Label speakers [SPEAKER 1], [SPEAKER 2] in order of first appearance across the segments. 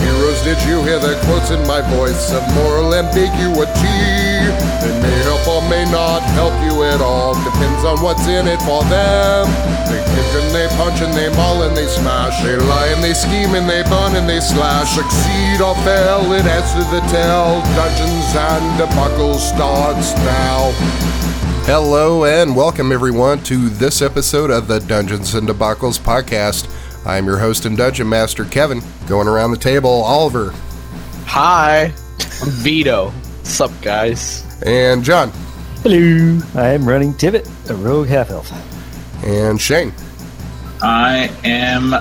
[SPEAKER 1] heroes. Did you hear the quotes in my voice of moral ambiguity? They may help or may not help you at all. Depends on what's in it for them. They kick and they punch and they maul and they smash. They lie and they scheme and they burn and they slash. Succeed or fail, it adds to the tale. Dungeons and debacle starts now. Hello and welcome everyone to this episode of the Dungeons and Debacles podcast. I'm your host and dungeon master Kevin. Going around the table, Oliver
[SPEAKER 2] Hi, I'm Vito. What's up, guys?
[SPEAKER 1] and John
[SPEAKER 3] Hello, I am running Tibbet, a rogue half elf.
[SPEAKER 1] and Shane.
[SPEAKER 4] I am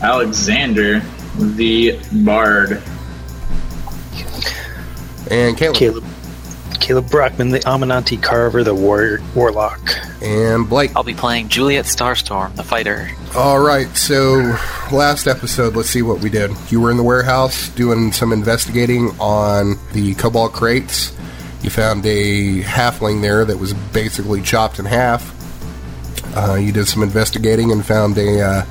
[SPEAKER 4] Alexander the Bard.
[SPEAKER 1] And Caleb
[SPEAKER 5] Caleb. Caleb Brockman, the Amanante Carver, the War Warlock.
[SPEAKER 1] and Blake.
[SPEAKER 6] I'll be playing Juliet Starstorm, the fighter.
[SPEAKER 1] All right, so last episode, let's see what we did. You were in the warehouse doing some investigating on the cobalt crates. You found a halfling there that was basically chopped in half. Uh, you did some investigating and found a uh,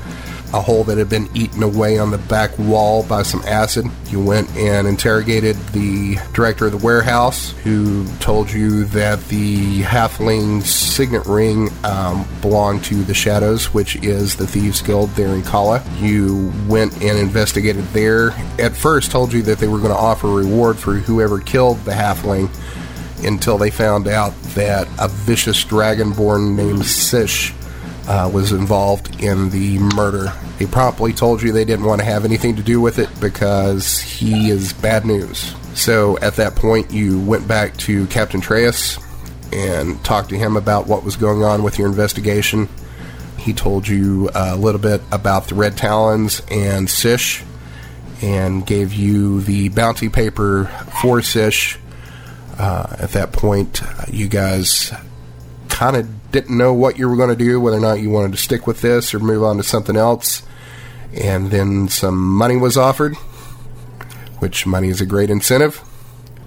[SPEAKER 1] a hole that had been eaten away on the back wall by some acid. You went and interrogated the director of the warehouse, who told you that the halfling's signet ring um, belonged to the Shadows, which is the thieves' guild there in Kala. You went and investigated there. At first, told you that they were going to offer a reward for whoever killed the halfling until they found out that a vicious dragonborn named Sish uh, was involved in the murder. They promptly told you they didn't want to have anything to do with it because he is bad news. So at that point, you went back to Captain Treas and talked to him about what was going on with your investigation. He told you a little bit about the Red Talons and Sish and gave you the bounty paper for Sish at that point, uh, you guys kind of didn't know what you were going to do, whether or not you wanted to stick with this or move on to something else. And then some money was offered, which money is a great incentive.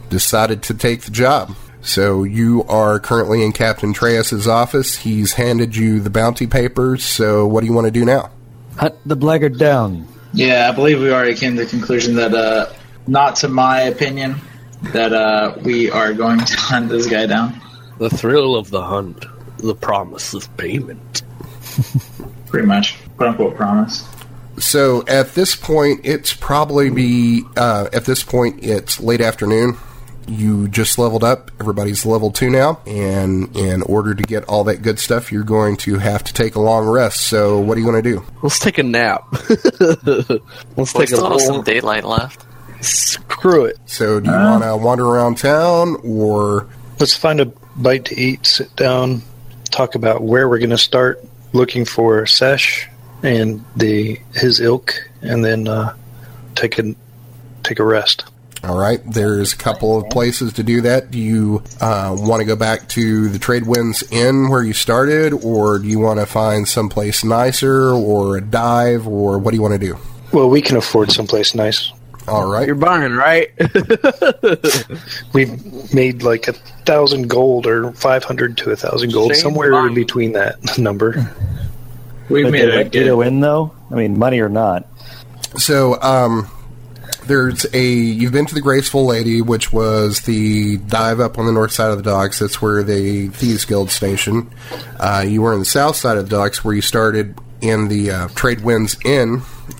[SPEAKER 1] Decided to take the job. So you are currently in Captain Treyas's office. He's handed you the bounty papers. So what do you want to do now?
[SPEAKER 3] Hunt the blackguard down.
[SPEAKER 4] Yeah, I believe we already came to the conclusion that, uh, not to my opinion, that uh, we are going to hunt this guy down.
[SPEAKER 7] The thrill of the hunt, the promise of payment.
[SPEAKER 4] Pretty much. Quote unquote promise.
[SPEAKER 1] So at this point, it's probably be uh, at this point it's late afternoon. You just leveled up. Everybody's level two now, and in order to get all that good stuff, you're going to have to take a long rest. So what are you going to do?
[SPEAKER 7] Let's take a nap. Let's
[SPEAKER 6] We
[SPEAKER 7] take a
[SPEAKER 6] still have some
[SPEAKER 7] little.
[SPEAKER 6] daylight left.
[SPEAKER 7] Screw it.
[SPEAKER 1] So do you want to wander around town, or
[SPEAKER 5] Let's find a bite to eat, sit down, talk about where we're going to start looking for Sesh and the his ilk, and then uh, take a take a rest.
[SPEAKER 1] all right? There's a couple of places to do that. Do you uh, want to go back to the Trade Winds Inn where you started, or do you want to find someplace nicer, or a dive, or what do you want to do?
[SPEAKER 5] Well, we can afford someplace nice.
[SPEAKER 1] All right.
[SPEAKER 7] You're buying, right?
[SPEAKER 5] We've made like a thousand gold or five hundred to a thousand gold,
[SPEAKER 7] Same
[SPEAKER 5] somewhere
[SPEAKER 7] line.
[SPEAKER 5] in between that number.
[SPEAKER 4] We've
[SPEAKER 3] But
[SPEAKER 4] made
[SPEAKER 3] did
[SPEAKER 4] a
[SPEAKER 3] Red Vito
[SPEAKER 4] good.
[SPEAKER 3] win though? I mean, money or not?
[SPEAKER 1] So, um, there's a you've been to the Graceful Lady, which was the dive up on the north side of the docks. That's where the Thieves Guild station. Uh, you were on the south side of the docks where you started in the uh, Trade Winds Inn,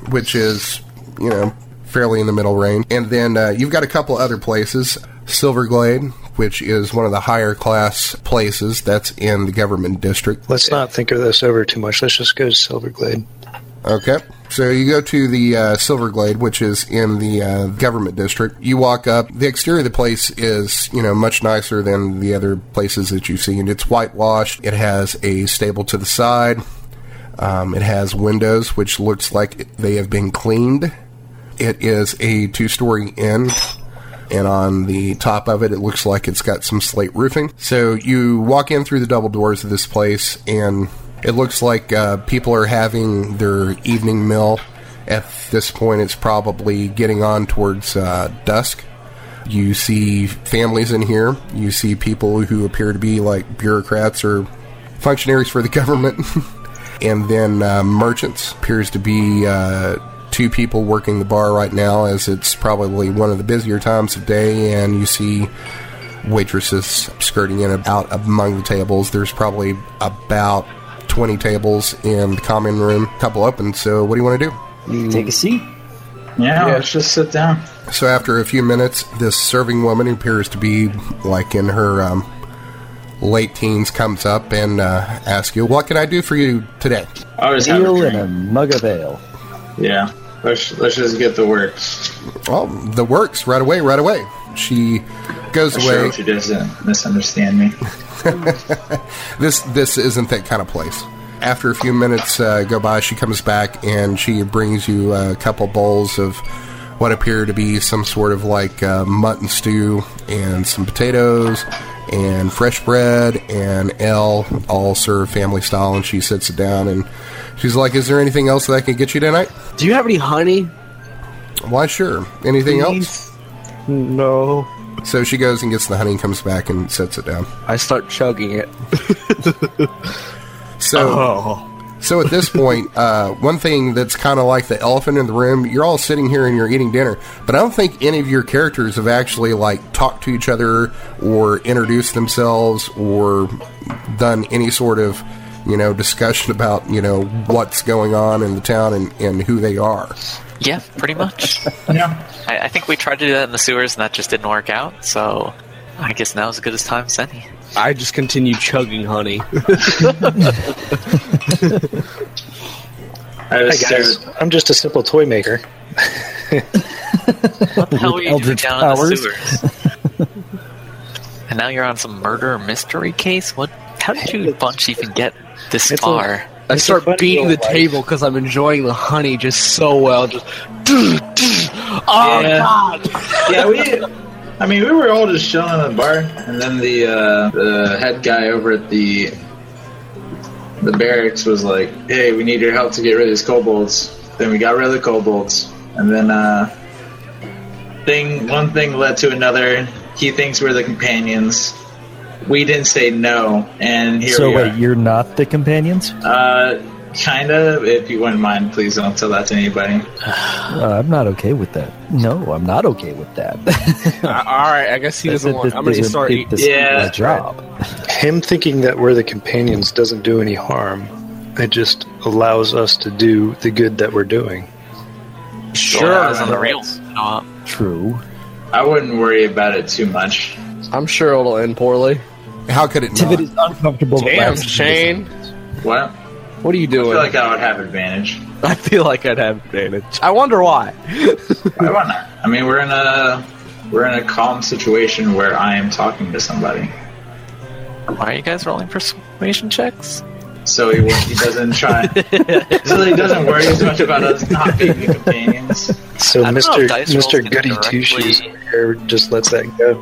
[SPEAKER 1] which is you know fairly in the middle range. And then uh, you've got a couple other places, Silverglade. Which is one of the higher class places that's in the government district.
[SPEAKER 5] Let's not think of this over too much. Let's just go to Silverglade.
[SPEAKER 1] Okay. So you go to the uh, Silverglade, which is in the uh, government district. You walk up. The exterior of the place is, you know, much nicer than the other places that you've seen. It's whitewashed. It has a stable to the side. Um, it has windows, which looks like they have been cleaned. It is a two-story inn and on the top of it, it looks like it's got some slate roofing. So you walk in through the double doors of this place, and it looks like uh, people are having their evening meal. At this point, it's probably getting on towards uh, dusk. You see families in here. You see people who appear to be like bureaucrats or functionaries for the government. and then uh, merchants appears to be uh, two people working the bar right now as it's probably one of the busier times of day and you see waitresses skirting in and out among the tables there's probably about 20 tables in the common room couple open so what do you want to do
[SPEAKER 3] Take a seat.
[SPEAKER 4] Yeah, let's just sit down.
[SPEAKER 1] so after a few minutes, this serving woman who appears to be like in her um, late teens comes up and uh, asks you, "What can I do for you today?"
[SPEAKER 4] I'll just have a
[SPEAKER 3] Eel and a
[SPEAKER 4] drink.
[SPEAKER 3] mug of ale.
[SPEAKER 4] Yeah. Let's, let's just get the works.
[SPEAKER 1] Well, the works right away, right away. She goes
[SPEAKER 4] I'm
[SPEAKER 1] away.
[SPEAKER 4] sure she doesn't misunderstand me.
[SPEAKER 1] This this isn't that kind of place. After a few minutes uh, go by, she comes back and she brings you a couple bowls of what appear to be some sort of like uh, mutton stew and some potatoes and fresh bread and ale, all served family style. And she sits down and she's like, "Is there anything else that I can get you tonight?"
[SPEAKER 2] Do you have any honey?
[SPEAKER 1] Why, sure. Anything else?
[SPEAKER 7] No.
[SPEAKER 1] So she goes and gets the honey, and comes back and sets it down.
[SPEAKER 2] I start chugging it.
[SPEAKER 1] So.
[SPEAKER 7] Oh.
[SPEAKER 1] So at this point, uh, one thing that's kind of like the elephant in the room, you're all sitting here and you're eating dinner, but I don't think any of your characters have actually like talked to each other or introduced themselves or done any sort of you know discussion about you know what's going on in the town and, and who they are.
[SPEAKER 6] Yeah, pretty much.
[SPEAKER 4] Yeah.
[SPEAKER 6] I, I think we tried to do that in the sewers, and that just didn't work out. So I guess now's as good as time as any.
[SPEAKER 7] I just continue chugging honey.
[SPEAKER 4] I
[SPEAKER 5] Hey
[SPEAKER 4] just
[SPEAKER 5] guys,
[SPEAKER 4] stare.
[SPEAKER 5] I'm just a simple toy maker.
[SPEAKER 6] What the hell were you doing
[SPEAKER 3] Eldritch
[SPEAKER 6] down in the
[SPEAKER 3] powers.
[SPEAKER 6] sewers? and now you're on some murder mystery case? What? How did you bunch even get this
[SPEAKER 5] It's a-
[SPEAKER 6] far?
[SPEAKER 2] I
[SPEAKER 5] It's
[SPEAKER 2] start
[SPEAKER 5] a funny
[SPEAKER 2] beating the
[SPEAKER 5] little life.
[SPEAKER 2] table because I'm enjoying the honey just so well. Just, oh
[SPEAKER 4] Yeah.
[SPEAKER 2] god!
[SPEAKER 4] Yeah, we. I mean, we were all just chilling in the bar, and then the uh, the head guy over at the the barracks was like, "Hey, we need your help to get rid of these kobolds." Then we got rid of the kobolds, and then uh, thing one thing led to another. He thinks we're the companions. We didn't say no, and here
[SPEAKER 3] so
[SPEAKER 4] we
[SPEAKER 3] wait, you're not the companions?
[SPEAKER 4] are. Uh, kinda. If you wouldn't mind, please don't tell that to anybody.
[SPEAKER 3] Uh, I'm not okay with that. No, I'm not okay with that.
[SPEAKER 7] all right, I guess he doesn't want. I'm gonna
[SPEAKER 3] This-
[SPEAKER 7] start.
[SPEAKER 3] this-
[SPEAKER 7] eating.
[SPEAKER 3] this
[SPEAKER 4] Yeah.
[SPEAKER 3] is a job.
[SPEAKER 5] Him thinking that we're the companions doesn't do any harm. It just allows us to do the good that we're doing.
[SPEAKER 6] Sure. I was on the reels. You know, uh,
[SPEAKER 3] True.
[SPEAKER 4] I wouldn't worry about it too much.
[SPEAKER 2] I'm sure it'll end poorly.
[SPEAKER 1] How could it
[SPEAKER 3] Tibbet
[SPEAKER 1] not?
[SPEAKER 3] is uncomfortable. but
[SPEAKER 7] Damn,
[SPEAKER 3] laughs.
[SPEAKER 7] Shane.
[SPEAKER 4] What?
[SPEAKER 2] What are you
[SPEAKER 4] I
[SPEAKER 2] doing?
[SPEAKER 4] feel like I would have advantage.
[SPEAKER 2] I feel like I'd have advantage. I wonder why.
[SPEAKER 4] Why would not? I mean, we're in a we're in a calm situation where I am talking to somebody,
[SPEAKER 6] why are you guys rolling persuasion checks?
[SPEAKER 4] so he, he doesn't try. so he doesn't worry as much about us not being the companions.
[SPEAKER 5] So
[SPEAKER 6] I don't know
[SPEAKER 5] Mr.
[SPEAKER 6] if dice rolls
[SPEAKER 5] Mr.
[SPEAKER 6] can
[SPEAKER 5] Goody Two Shoes
[SPEAKER 6] directly-
[SPEAKER 5] here just lets that go.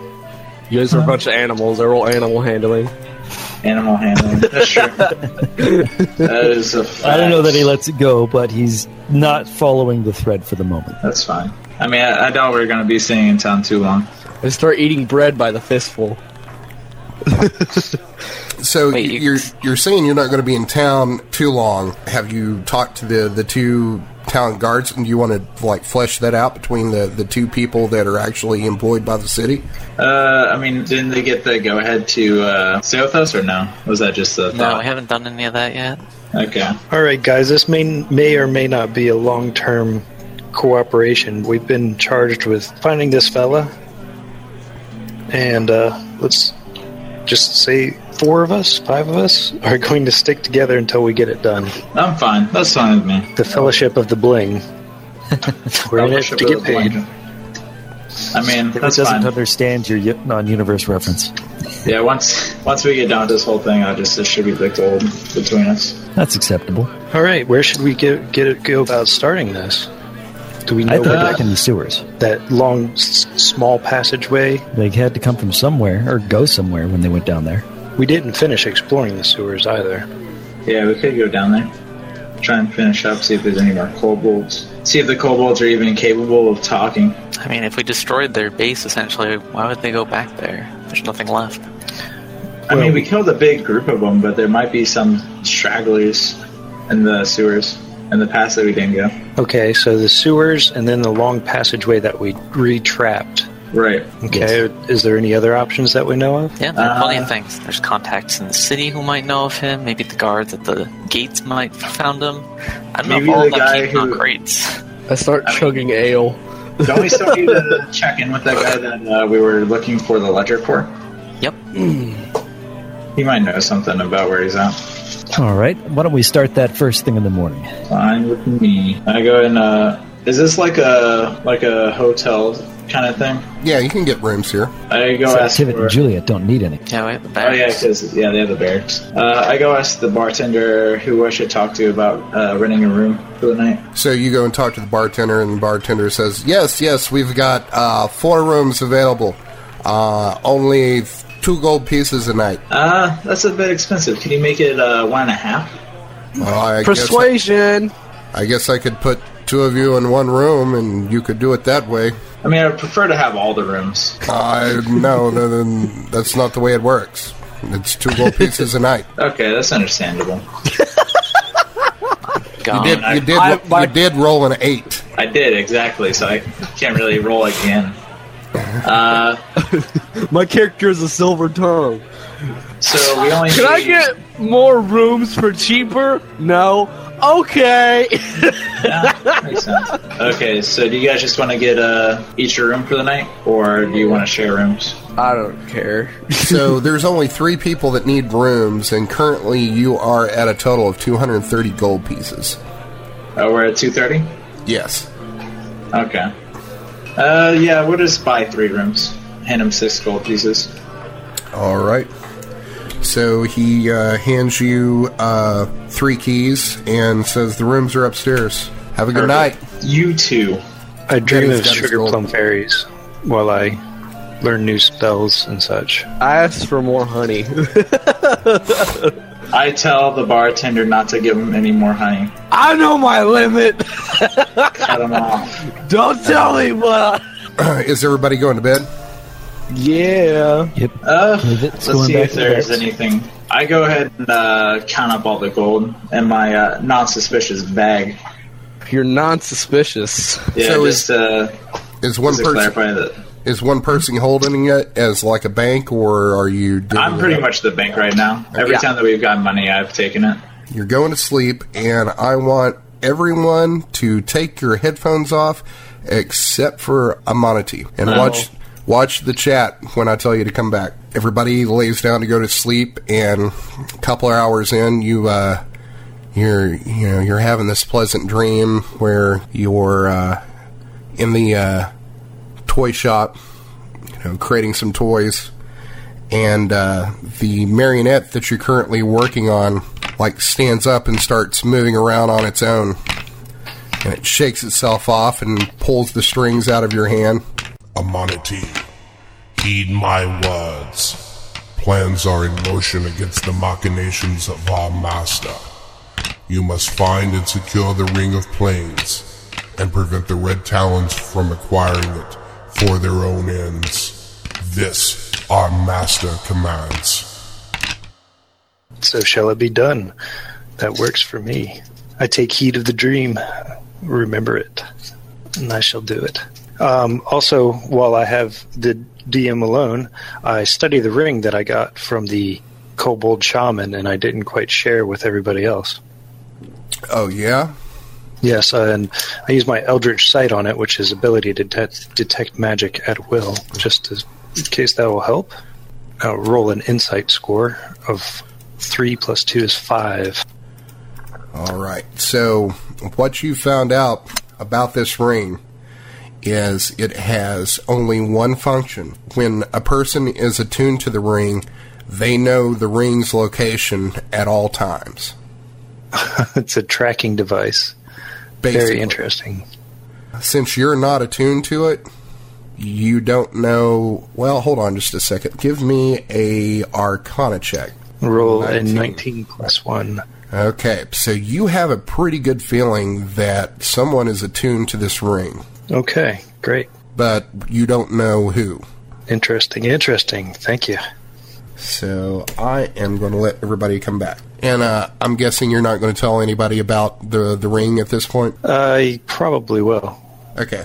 [SPEAKER 7] You guys are a bunch of animals. I roll animal handling.
[SPEAKER 4] Animal handling. That's true. that is a. Fact.
[SPEAKER 3] I don't know that he lets it go, but he's not following the thread for the moment.
[SPEAKER 4] That's fine. I mean, I, I doubt we're going to be staying in town too long.
[SPEAKER 2] I start eating bread by the fistful.
[SPEAKER 1] So
[SPEAKER 6] Wait, you-
[SPEAKER 1] you're you're saying you're not going to be in town too long. Have you talked to the the two town guards and you want to like flesh that out between the the two people that are actually employed by the city?
[SPEAKER 4] Uh, I mean, didn't they get the go ahead to uh, stay with us or no? Was that just a
[SPEAKER 6] No, we
[SPEAKER 4] thought?
[SPEAKER 6] haven't done any of that yet.
[SPEAKER 4] Okay.
[SPEAKER 5] All right, guys, this may may or may not be a long term cooperation. We've been charged with finding this fella, and uh, let's just say four of us, five of us, are going to stick together until we get it done.
[SPEAKER 4] I'm fine. That's fine with me.
[SPEAKER 5] The Fellowship of the Bling. We're gonna have to get paid.
[SPEAKER 4] I mean,
[SPEAKER 3] Tibbet
[SPEAKER 4] that's
[SPEAKER 3] doesn't
[SPEAKER 4] fine.
[SPEAKER 3] understand your y- non-universe reference.
[SPEAKER 4] Yeah, once once we get down to this whole thing, I just it should be like old between us.
[SPEAKER 3] That's acceptable.
[SPEAKER 5] All right, where should we get get it, go about starting this? Do we
[SPEAKER 3] I
[SPEAKER 5] know
[SPEAKER 3] think
[SPEAKER 5] where
[SPEAKER 4] Uh,
[SPEAKER 3] back in the sewers.
[SPEAKER 5] that, that long, s- small passageway?
[SPEAKER 3] They had to come from somewhere or go somewhere when they went down there.
[SPEAKER 5] We didn't finish exploring the sewers either.
[SPEAKER 4] Yeah, we could go down there. Try and finish up, see if there's any more kobolds. See if the kobolds are even capable of talking.
[SPEAKER 6] I mean, if we destroyed their base, essentially, why would they go back there? There's nothing left.
[SPEAKER 4] I
[SPEAKER 5] Well-
[SPEAKER 4] mean, we killed a big group of them, but there might be some stragglers in the sewers and the pass that we didn't go.
[SPEAKER 5] Okay, so the sewers and then the long passageway that we re-trapped.
[SPEAKER 4] Right.
[SPEAKER 5] Okay, is there any other options that we know of?
[SPEAKER 6] Yeah, there are plenty
[SPEAKER 4] Uh.
[SPEAKER 6] of things. There's contacts in the city who might know of him. Maybe the guards at the gates might have found him. I don't
[SPEAKER 4] Maybe
[SPEAKER 6] know if all of
[SPEAKER 4] the
[SPEAKER 6] them
[SPEAKER 4] guy
[SPEAKER 6] came on
[SPEAKER 4] who-
[SPEAKER 6] crates.
[SPEAKER 7] I start
[SPEAKER 4] I mean-
[SPEAKER 7] chugging ale.
[SPEAKER 4] Don't we still need to check in with that guy that uh, we were looking for the ledger for?
[SPEAKER 6] Yep.
[SPEAKER 4] He might know something about where he's at.
[SPEAKER 3] All right, why don't we start that first thing in the morning?
[SPEAKER 4] Fine with me. I go and uh, is this like a like a hotel kind of thing?
[SPEAKER 1] Yeah, you can get rooms here.
[SPEAKER 4] I go
[SPEAKER 3] So
[SPEAKER 4] ask.
[SPEAKER 3] Tivit
[SPEAKER 4] for-
[SPEAKER 3] and Juliet don't need any.
[SPEAKER 6] Yeah, we have the
[SPEAKER 4] Oh yeah,
[SPEAKER 6] barracks.
[SPEAKER 4] 'cause- yeah, they have the barracks. Uh, I go ask the bartender who I should talk to about uh, renting a room for the night.
[SPEAKER 1] So you go and talk to the bartender, and the bartender says, "Yes, yes, we've got uh, four rooms available. Uh, only th- two gold pieces a night."
[SPEAKER 4] Uh, that's a bit expensive. Can you make it uh, one and a half?
[SPEAKER 1] Well, I guess
[SPEAKER 7] Persuasion.
[SPEAKER 1] I, guess I could put two of you in one room, and you could do it that way.
[SPEAKER 4] I mean, I prefer to have all the rooms.
[SPEAKER 1] Uh, no, no, no, that's not the way it works. It's two gold pieces a night.
[SPEAKER 4] Okay, that's understandable.
[SPEAKER 1] You
[SPEAKER 6] Gone.
[SPEAKER 1] did, you did,
[SPEAKER 7] I- my-
[SPEAKER 1] you did roll an eight.
[SPEAKER 4] I did exactly, so I can't really roll again. Uh,
[SPEAKER 7] My character is a silver tongue.
[SPEAKER 4] so we only
[SPEAKER 7] Can I
[SPEAKER 4] need-
[SPEAKER 7] get more rooms for cheaper? No. Okay.
[SPEAKER 4] Yeah, makes sense. Okay, so do you guys just want to get uh, each a room for the night, or do you want to share rooms?
[SPEAKER 7] I don't care.
[SPEAKER 1] So there's only three people that need rooms, and currently you are at a total of 230 gold pieces.
[SPEAKER 4] Oh, we're at two thirty.
[SPEAKER 1] Yes.
[SPEAKER 4] Okay. Uh, yeah, we'll just buy three rooms. Hand him six gold pieces.
[SPEAKER 1] All right. So he uh, hands you uh, three keys and says the rooms are upstairs. Have a good
[SPEAKER 4] Perfect.
[SPEAKER 1] night.
[SPEAKER 4] You two.
[SPEAKER 5] I dream
[SPEAKER 1] Yeah, he's
[SPEAKER 5] of
[SPEAKER 1] got his
[SPEAKER 5] sugar
[SPEAKER 1] gold.
[SPEAKER 5] plum fairies while I learn new spells and such.
[SPEAKER 7] I asked for more honey.
[SPEAKER 4] I tell the bartender not to give him any more honey.
[SPEAKER 7] I know my limit.
[SPEAKER 4] Cut him off.
[SPEAKER 7] Don't tell me, but
[SPEAKER 1] Is everybody going to bed?
[SPEAKER 7] yeah.
[SPEAKER 4] Uh,
[SPEAKER 3] Leave it. It's
[SPEAKER 4] let's
[SPEAKER 3] going
[SPEAKER 4] see
[SPEAKER 3] back
[SPEAKER 4] if
[SPEAKER 3] to the
[SPEAKER 4] there's
[SPEAKER 3] barracks.
[SPEAKER 4] anything. I go ahead and uh, count up all the gold in my uh, non-suspicious bag.
[SPEAKER 7] You're non-suspicious.
[SPEAKER 4] Yeah,
[SPEAKER 1] So
[SPEAKER 4] just uh,
[SPEAKER 1] Is one
[SPEAKER 4] just to
[SPEAKER 1] person
[SPEAKER 4] clarify that
[SPEAKER 1] is one person holding it as like a bank, or are you? doing
[SPEAKER 4] I'm pretty
[SPEAKER 1] it?
[SPEAKER 4] much the bank right now. Every
[SPEAKER 7] Yeah.
[SPEAKER 4] time that we've got money, I've taken it.
[SPEAKER 1] You're going to sleep, and I want everyone to take your headphones off, except for Amanati, and watch watch the chat when I tell you to come back. Everybody lays down to go to sleep, and a couple of hours in, you uh, you're you know you're having this pleasant dream where you're uh, in the uh, toy shop, you know, creating some toys and uh, the marionette that you're currently working on like stands up and starts moving around on its own and it shakes itself off and pulls the strings out of your hand
[SPEAKER 8] Amonity, heed my words. Plans are in motion against the machinations of our master. You must find and secure the Ring of Planes and prevent the Red Talons from acquiring it for their own ends. This our master commands.
[SPEAKER 5] So shall it be done? That works for me. I take heed of the dream, remember it, and I shall do it. Um, also, while I have the DM alone, I study the ring that I got from the kobold shaman, and I didn't quite share with everybody else.
[SPEAKER 1] oh yeah
[SPEAKER 5] Yes, and I use my Eldritch Sight on it, which is ability to det- detect magic at will, just to, in case that will help. I'll roll an insight score of three plus two is five.
[SPEAKER 1] all right so what you found out about this ring is it has only one function when a person is attuned to the ring they know the ring's location at all times
[SPEAKER 5] it's a tracking device.
[SPEAKER 1] basically.
[SPEAKER 5] Very interesting.
[SPEAKER 1] since you're not attuned to it, you don't know. Well, hold on just a second. Give me a Arcana check.
[SPEAKER 5] Roll a
[SPEAKER 1] 19.
[SPEAKER 5] 19 plus 1.
[SPEAKER 1] Okay, so you have a pretty good feeling that someone is attuned to this ring,
[SPEAKER 5] Okay, great.
[SPEAKER 1] but you don't know who.
[SPEAKER 5] Interesting, interesting. Thank you.
[SPEAKER 1] So I am going to let everybody come back, and uh, I'm guessing you're not going to tell anybody about the the ring at this point.
[SPEAKER 5] I probably will.
[SPEAKER 1] Okay.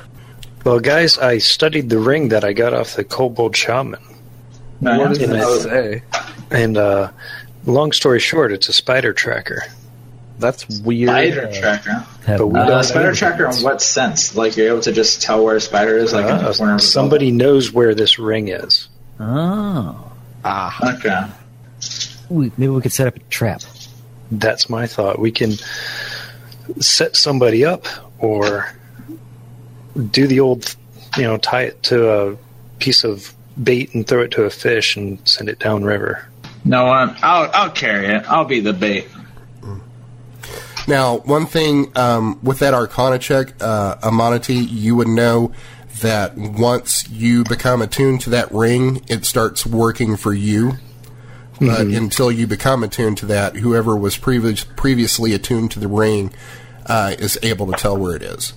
[SPEAKER 5] Well, guys, I studied the ring that I got off the kobold shaman.
[SPEAKER 4] What
[SPEAKER 7] What does it Oh, say?
[SPEAKER 5] And uh, long story short, it's a spider tracker.
[SPEAKER 7] That's weird.
[SPEAKER 4] Spider tracker.
[SPEAKER 3] Have
[SPEAKER 5] But we
[SPEAKER 3] no
[SPEAKER 4] Uh,
[SPEAKER 5] don't-
[SPEAKER 4] spider tracker in what sense? Like you're able to just tell where a spider is, like in the corner
[SPEAKER 5] Uh,
[SPEAKER 4] of a
[SPEAKER 5] somebody knows where this ring is.
[SPEAKER 3] Oh,
[SPEAKER 4] building?
[SPEAKER 2] Ah,
[SPEAKER 4] Okay.
[SPEAKER 3] we, maybe we could set up a trap.
[SPEAKER 5] That's my thought. We can set somebody up or do the old, you know, tie it to a piece of bait and throw it to a fish and send it downriver.
[SPEAKER 4] No, I'm, I'll I'll carry it. I'll be the bait.
[SPEAKER 1] Now, one thing um, with that Arcana check, uh, Amonity, you would know that once you become attuned to that ring, it starts working for you. But until you become attuned to that, whoever was previous, previously attuned to the ring uh, is able to tell where it is.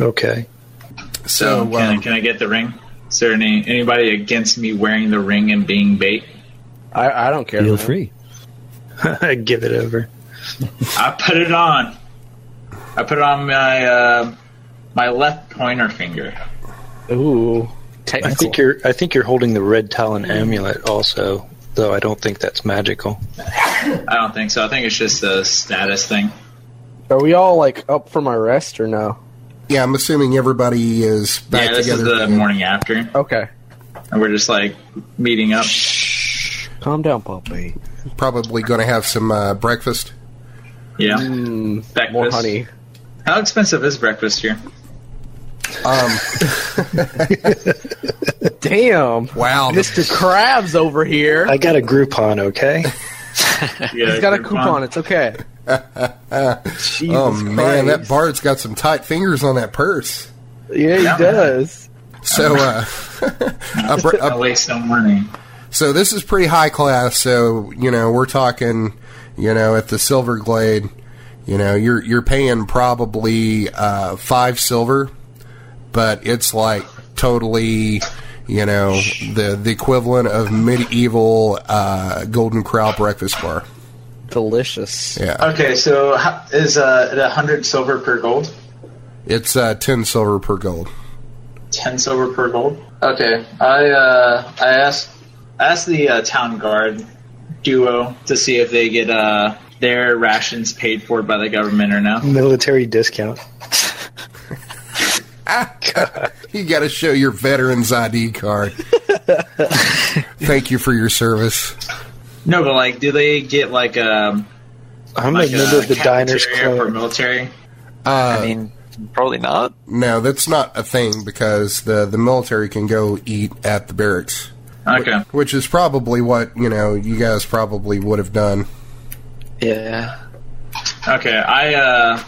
[SPEAKER 5] Okay.
[SPEAKER 1] So,
[SPEAKER 4] can, I,
[SPEAKER 1] um,
[SPEAKER 4] can I get the ring? Is there any anybody against me wearing the ring and being bait?
[SPEAKER 7] I, I don't care.
[SPEAKER 3] Feel
[SPEAKER 7] man.
[SPEAKER 3] free.
[SPEAKER 5] Give it over.
[SPEAKER 4] I put it on. I put it on my uh, my left pointer finger.
[SPEAKER 7] Ooh.
[SPEAKER 5] I
[SPEAKER 6] technical.
[SPEAKER 5] think you're I think you're holding the red talon amulet also, though I don't think that's magical.
[SPEAKER 4] I don't think so. I think it's just a status thing.
[SPEAKER 7] Are we all like up from our rest or no?
[SPEAKER 1] yeah, I'm assuming everybody is back
[SPEAKER 4] yeah, this
[SPEAKER 1] together.
[SPEAKER 4] is the morning after,
[SPEAKER 7] Okay.
[SPEAKER 4] and we're just like meeting up.
[SPEAKER 7] Calm down, Poppy.
[SPEAKER 1] Probably going to have some uh, breakfast.
[SPEAKER 4] Yeah, breakfast.
[SPEAKER 7] Hmm, More honey.
[SPEAKER 4] How expensive is breakfast here?
[SPEAKER 1] Um,
[SPEAKER 7] Damn.
[SPEAKER 1] wow, the,
[SPEAKER 7] Mr. Krabs over here.
[SPEAKER 5] I got a Groupon, okay?
[SPEAKER 4] Yeah,
[SPEAKER 7] He's got a coupon. It's okay. Jesus
[SPEAKER 1] oh man, that
[SPEAKER 7] Christ.
[SPEAKER 1] Bard's got some tight fingers on that purse.
[SPEAKER 7] Yeah, he
[SPEAKER 4] Yeah.
[SPEAKER 7] does.
[SPEAKER 1] So, uh, a br-
[SPEAKER 4] I
[SPEAKER 1] a-
[SPEAKER 4] waste no money.
[SPEAKER 1] so this is pretty high class. So you know, we're talking, you know, at the Silver Glade, you know, you're you're paying probably uh, five silver, but it's like totally, you know, the the equivalent of medieval uh, Golden Crow breakfast bar.
[SPEAKER 7] Delicious.
[SPEAKER 1] Yeah,
[SPEAKER 4] Okay, so ho- is uh, it 100 silver per gold?
[SPEAKER 1] it's uh, ten silver per gold.
[SPEAKER 4] 10 silver per gold? Okay, I uh, I asked I asked the uh, town guard duo to see if they get uh, their rations paid for by the government or not.
[SPEAKER 5] Military discount.
[SPEAKER 1] You got to show your veteran's ID card. Thank you for your service.
[SPEAKER 4] No, but like, do they get like a
[SPEAKER 5] I'm
[SPEAKER 4] like
[SPEAKER 5] a member of the Diners
[SPEAKER 4] cafeteria for
[SPEAKER 5] Club.
[SPEAKER 4] military?
[SPEAKER 6] I mean, probably not.
[SPEAKER 1] No, that's not a thing because the, the military can go eat at the barracks,
[SPEAKER 4] Okay,
[SPEAKER 1] which is probably what, you know, you guys probably would have done.
[SPEAKER 6] Yeah.
[SPEAKER 4] okay. I uh,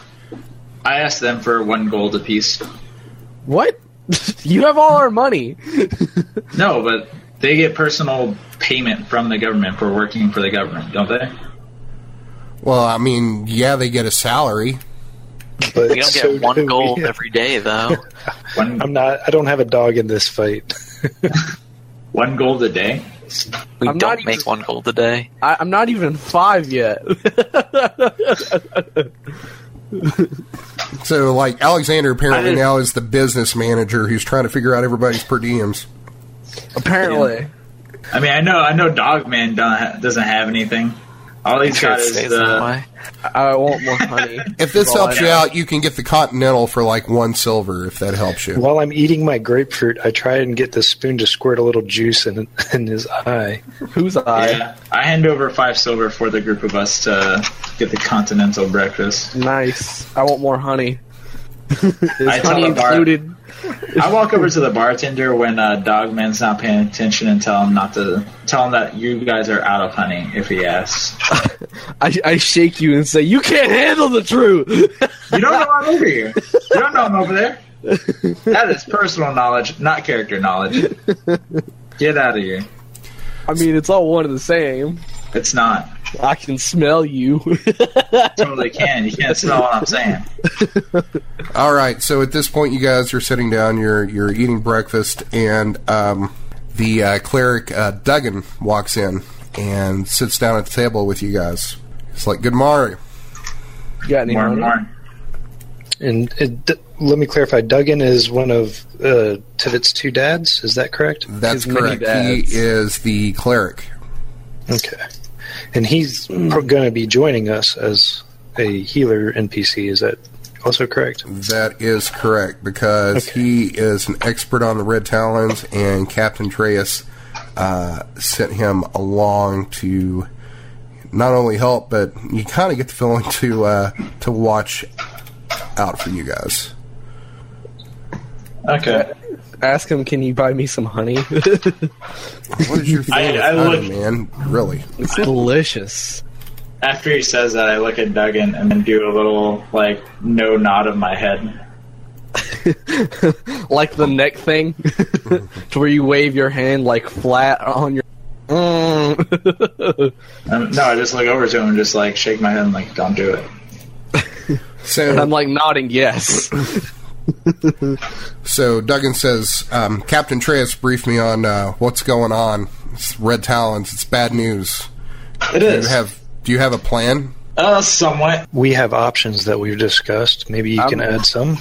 [SPEAKER 4] I asked them for one gold apiece.
[SPEAKER 7] What? you have all our money.
[SPEAKER 4] No, but they get personal payment from the government for working for the government, don't they?
[SPEAKER 1] Well, I mean, yeah, they get a salary.
[SPEAKER 5] But
[SPEAKER 6] We don't get
[SPEAKER 5] so do
[SPEAKER 6] one
[SPEAKER 5] we.
[SPEAKER 6] goal every day, though.
[SPEAKER 4] One
[SPEAKER 5] I'm not. I don't have a dog in this fight.
[SPEAKER 4] one gold a day.
[SPEAKER 6] We
[SPEAKER 7] I'm not
[SPEAKER 6] don't
[SPEAKER 7] even-
[SPEAKER 6] make one goal a day.
[SPEAKER 7] I, I'm not even five yet.
[SPEAKER 1] So, like, Alexander apparently
[SPEAKER 4] I didn't-
[SPEAKER 1] now is the business manager who's trying to figure out everybody's per diems.
[SPEAKER 7] Apparently.
[SPEAKER 4] I mean, I know, I know, Dogman don't ha- doesn't have anything. All he's
[SPEAKER 6] Sure,
[SPEAKER 4] got
[SPEAKER 6] it
[SPEAKER 4] is uh,
[SPEAKER 6] stays that
[SPEAKER 4] the.
[SPEAKER 6] way.
[SPEAKER 7] I want more honey.
[SPEAKER 1] If this
[SPEAKER 7] Well,
[SPEAKER 1] helps you out, you can get the Continental for like one silver if that helps you.
[SPEAKER 5] While I'm eating my grapefruit, I try and get the spoon to squirt a little juice in in his eye.
[SPEAKER 7] Who's I?
[SPEAKER 4] Yeah, I hand over five silver for the group of us to get the continental breakfast.
[SPEAKER 7] Nice. I want more honey. Is
[SPEAKER 4] I tell
[SPEAKER 7] honey
[SPEAKER 4] the bar-
[SPEAKER 7] included?
[SPEAKER 4] I walk over to the bartender when uh, Dogman's not paying attention and tell him not to tell him that you guys are out of honey if he asks.
[SPEAKER 7] I, I shake you and say, You can't handle the truth!
[SPEAKER 4] You don't know I'm over here. You don't know I'm over there. That is personal knowledge, not character knowledge. Get out of here.
[SPEAKER 7] I mean, it's all one and the same.
[SPEAKER 4] It's not.
[SPEAKER 7] I can smell you.
[SPEAKER 4] Totally can. You can't smell what I'm saying.
[SPEAKER 1] All right. So at this point, you guys are sitting down. You're you're eating breakfast, and um, the uh, cleric uh, Duggan walks in and sits down at the table with you guys. It's like, "Good morning."
[SPEAKER 7] Got any
[SPEAKER 4] More and
[SPEAKER 7] money?
[SPEAKER 4] more.
[SPEAKER 5] And it, d- let me clarify. Duggan is one of uh, Tivitt's two dads. Is that correct?
[SPEAKER 1] That's
[SPEAKER 7] His mini
[SPEAKER 1] correct. He
[SPEAKER 7] dads.
[SPEAKER 1] is the cleric.
[SPEAKER 5] Okay. And he's going to be joining us as a healer NPC. Is that also correct?
[SPEAKER 1] That is correct because he is an expert on the red talons, and Captain Treas uh, sent him along to not only help, but you kind of get the feeling to uh, to watch out for you guys.
[SPEAKER 4] Okay.
[SPEAKER 7] Ask him, can you buy me some honey?
[SPEAKER 1] What is your thing
[SPEAKER 4] I-
[SPEAKER 1] with
[SPEAKER 4] I
[SPEAKER 1] honey,
[SPEAKER 4] would-
[SPEAKER 1] man? Really?
[SPEAKER 7] it's delicious.
[SPEAKER 4] After he says that, I look at Duggan and then do a little, like, no nod of my head.
[SPEAKER 7] like the neck thing, to where you wave your hand like flat on your. Mm.
[SPEAKER 4] Um, no, I just look over to him and just, like, shake my head and, like, don't do it.
[SPEAKER 1] So,
[SPEAKER 7] and I'm like nodding yes.
[SPEAKER 1] so Duggan says, um, Captain Treas briefed me on uh, what's going on. It's red talons. It's bad news.
[SPEAKER 4] It
[SPEAKER 1] Do you
[SPEAKER 4] is.
[SPEAKER 1] have Do you have a plan?
[SPEAKER 4] uh, somewhat.
[SPEAKER 5] We have options that we've discussed. Maybe you can add some.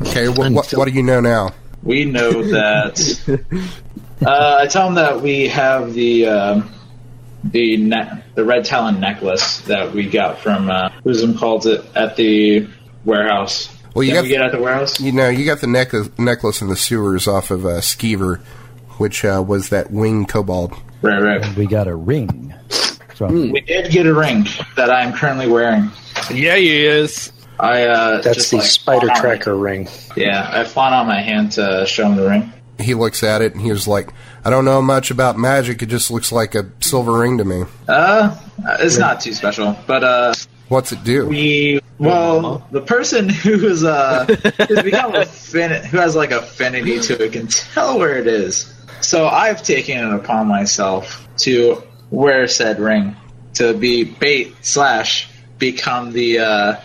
[SPEAKER 1] Okay. What what, what do you know now?
[SPEAKER 4] We know that. uh, I tell him that we have the um, the ne- the red talon necklace that we got from uh, Bosom calls it at the warehouse.
[SPEAKER 1] Well, you
[SPEAKER 4] Didn't
[SPEAKER 1] got-
[SPEAKER 4] we get at the warehouse.
[SPEAKER 1] You know, you got the neck- necklace in the sewers off of uh, Skeever, which uh, was that wing kobold.
[SPEAKER 5] Mm-hmm.
[SPEAKER 4] Right, right.
[SPEAKER 3] We got a ring from
[SPEAKER 4] We did get a ring that I am currently wearing.
[SPEAKER 7] yeah, he is.
[SPEAKER 4] I uh,
[SPEAKER 5] That's
[SPEAKER 4] just,
[SPEAKER 5] the
[SPEAKER 4] like,
[SPEAKER 5] spider
[SPEAKER 4] flaunt out
[SPEAKER 5] tracker ring.
[SPEAKER 4] My, yeah, I flaunt out my hand to show him the ring.
[SPEAKER 1] He looks at it and he was like, "I don't know much about magic. It just looks like a silver ring to me.
[SPEAKER 4] Uh, it's not too special, but uh,
[SPEAKER 1] What's it do?"
[SPEAKER 4] We well, the person who's uh who's become affin- who has like affinity to it can tell where it is. So I've taken it upon myself to wear said ring to be bait slash become the uh,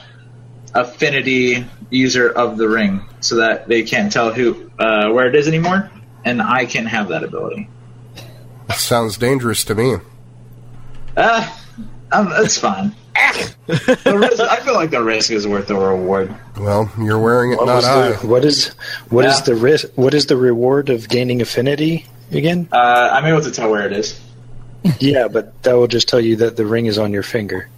[SPEAKER 4] affinity user of the ring, so that they can't tell who uh, where it is anymore, and I can have that ability.
[SPEAKER 1] Sounds dangerous to me.
[SPEAKER 4] Ah, um, that's fine. The risk- I feel like the risk is worth the reward.
[SPEAKER 1] Well, you're wearing it,
[SPEAKER 5] What
[SPEAKER 1] not
[SPEAKER 5] was
[SPEAKER 1] I.
[SPEAKER 5] the, what is what is
[SPEAKER 4] Yeah.
[SPEAKER 5] the risk? What is the reward of gaining affinity again?
[SPEAKER 4] Uh, I'm able to tell where it is.
[SPEAKER 5] yeah, but that will just tell you that the ring is on your finger.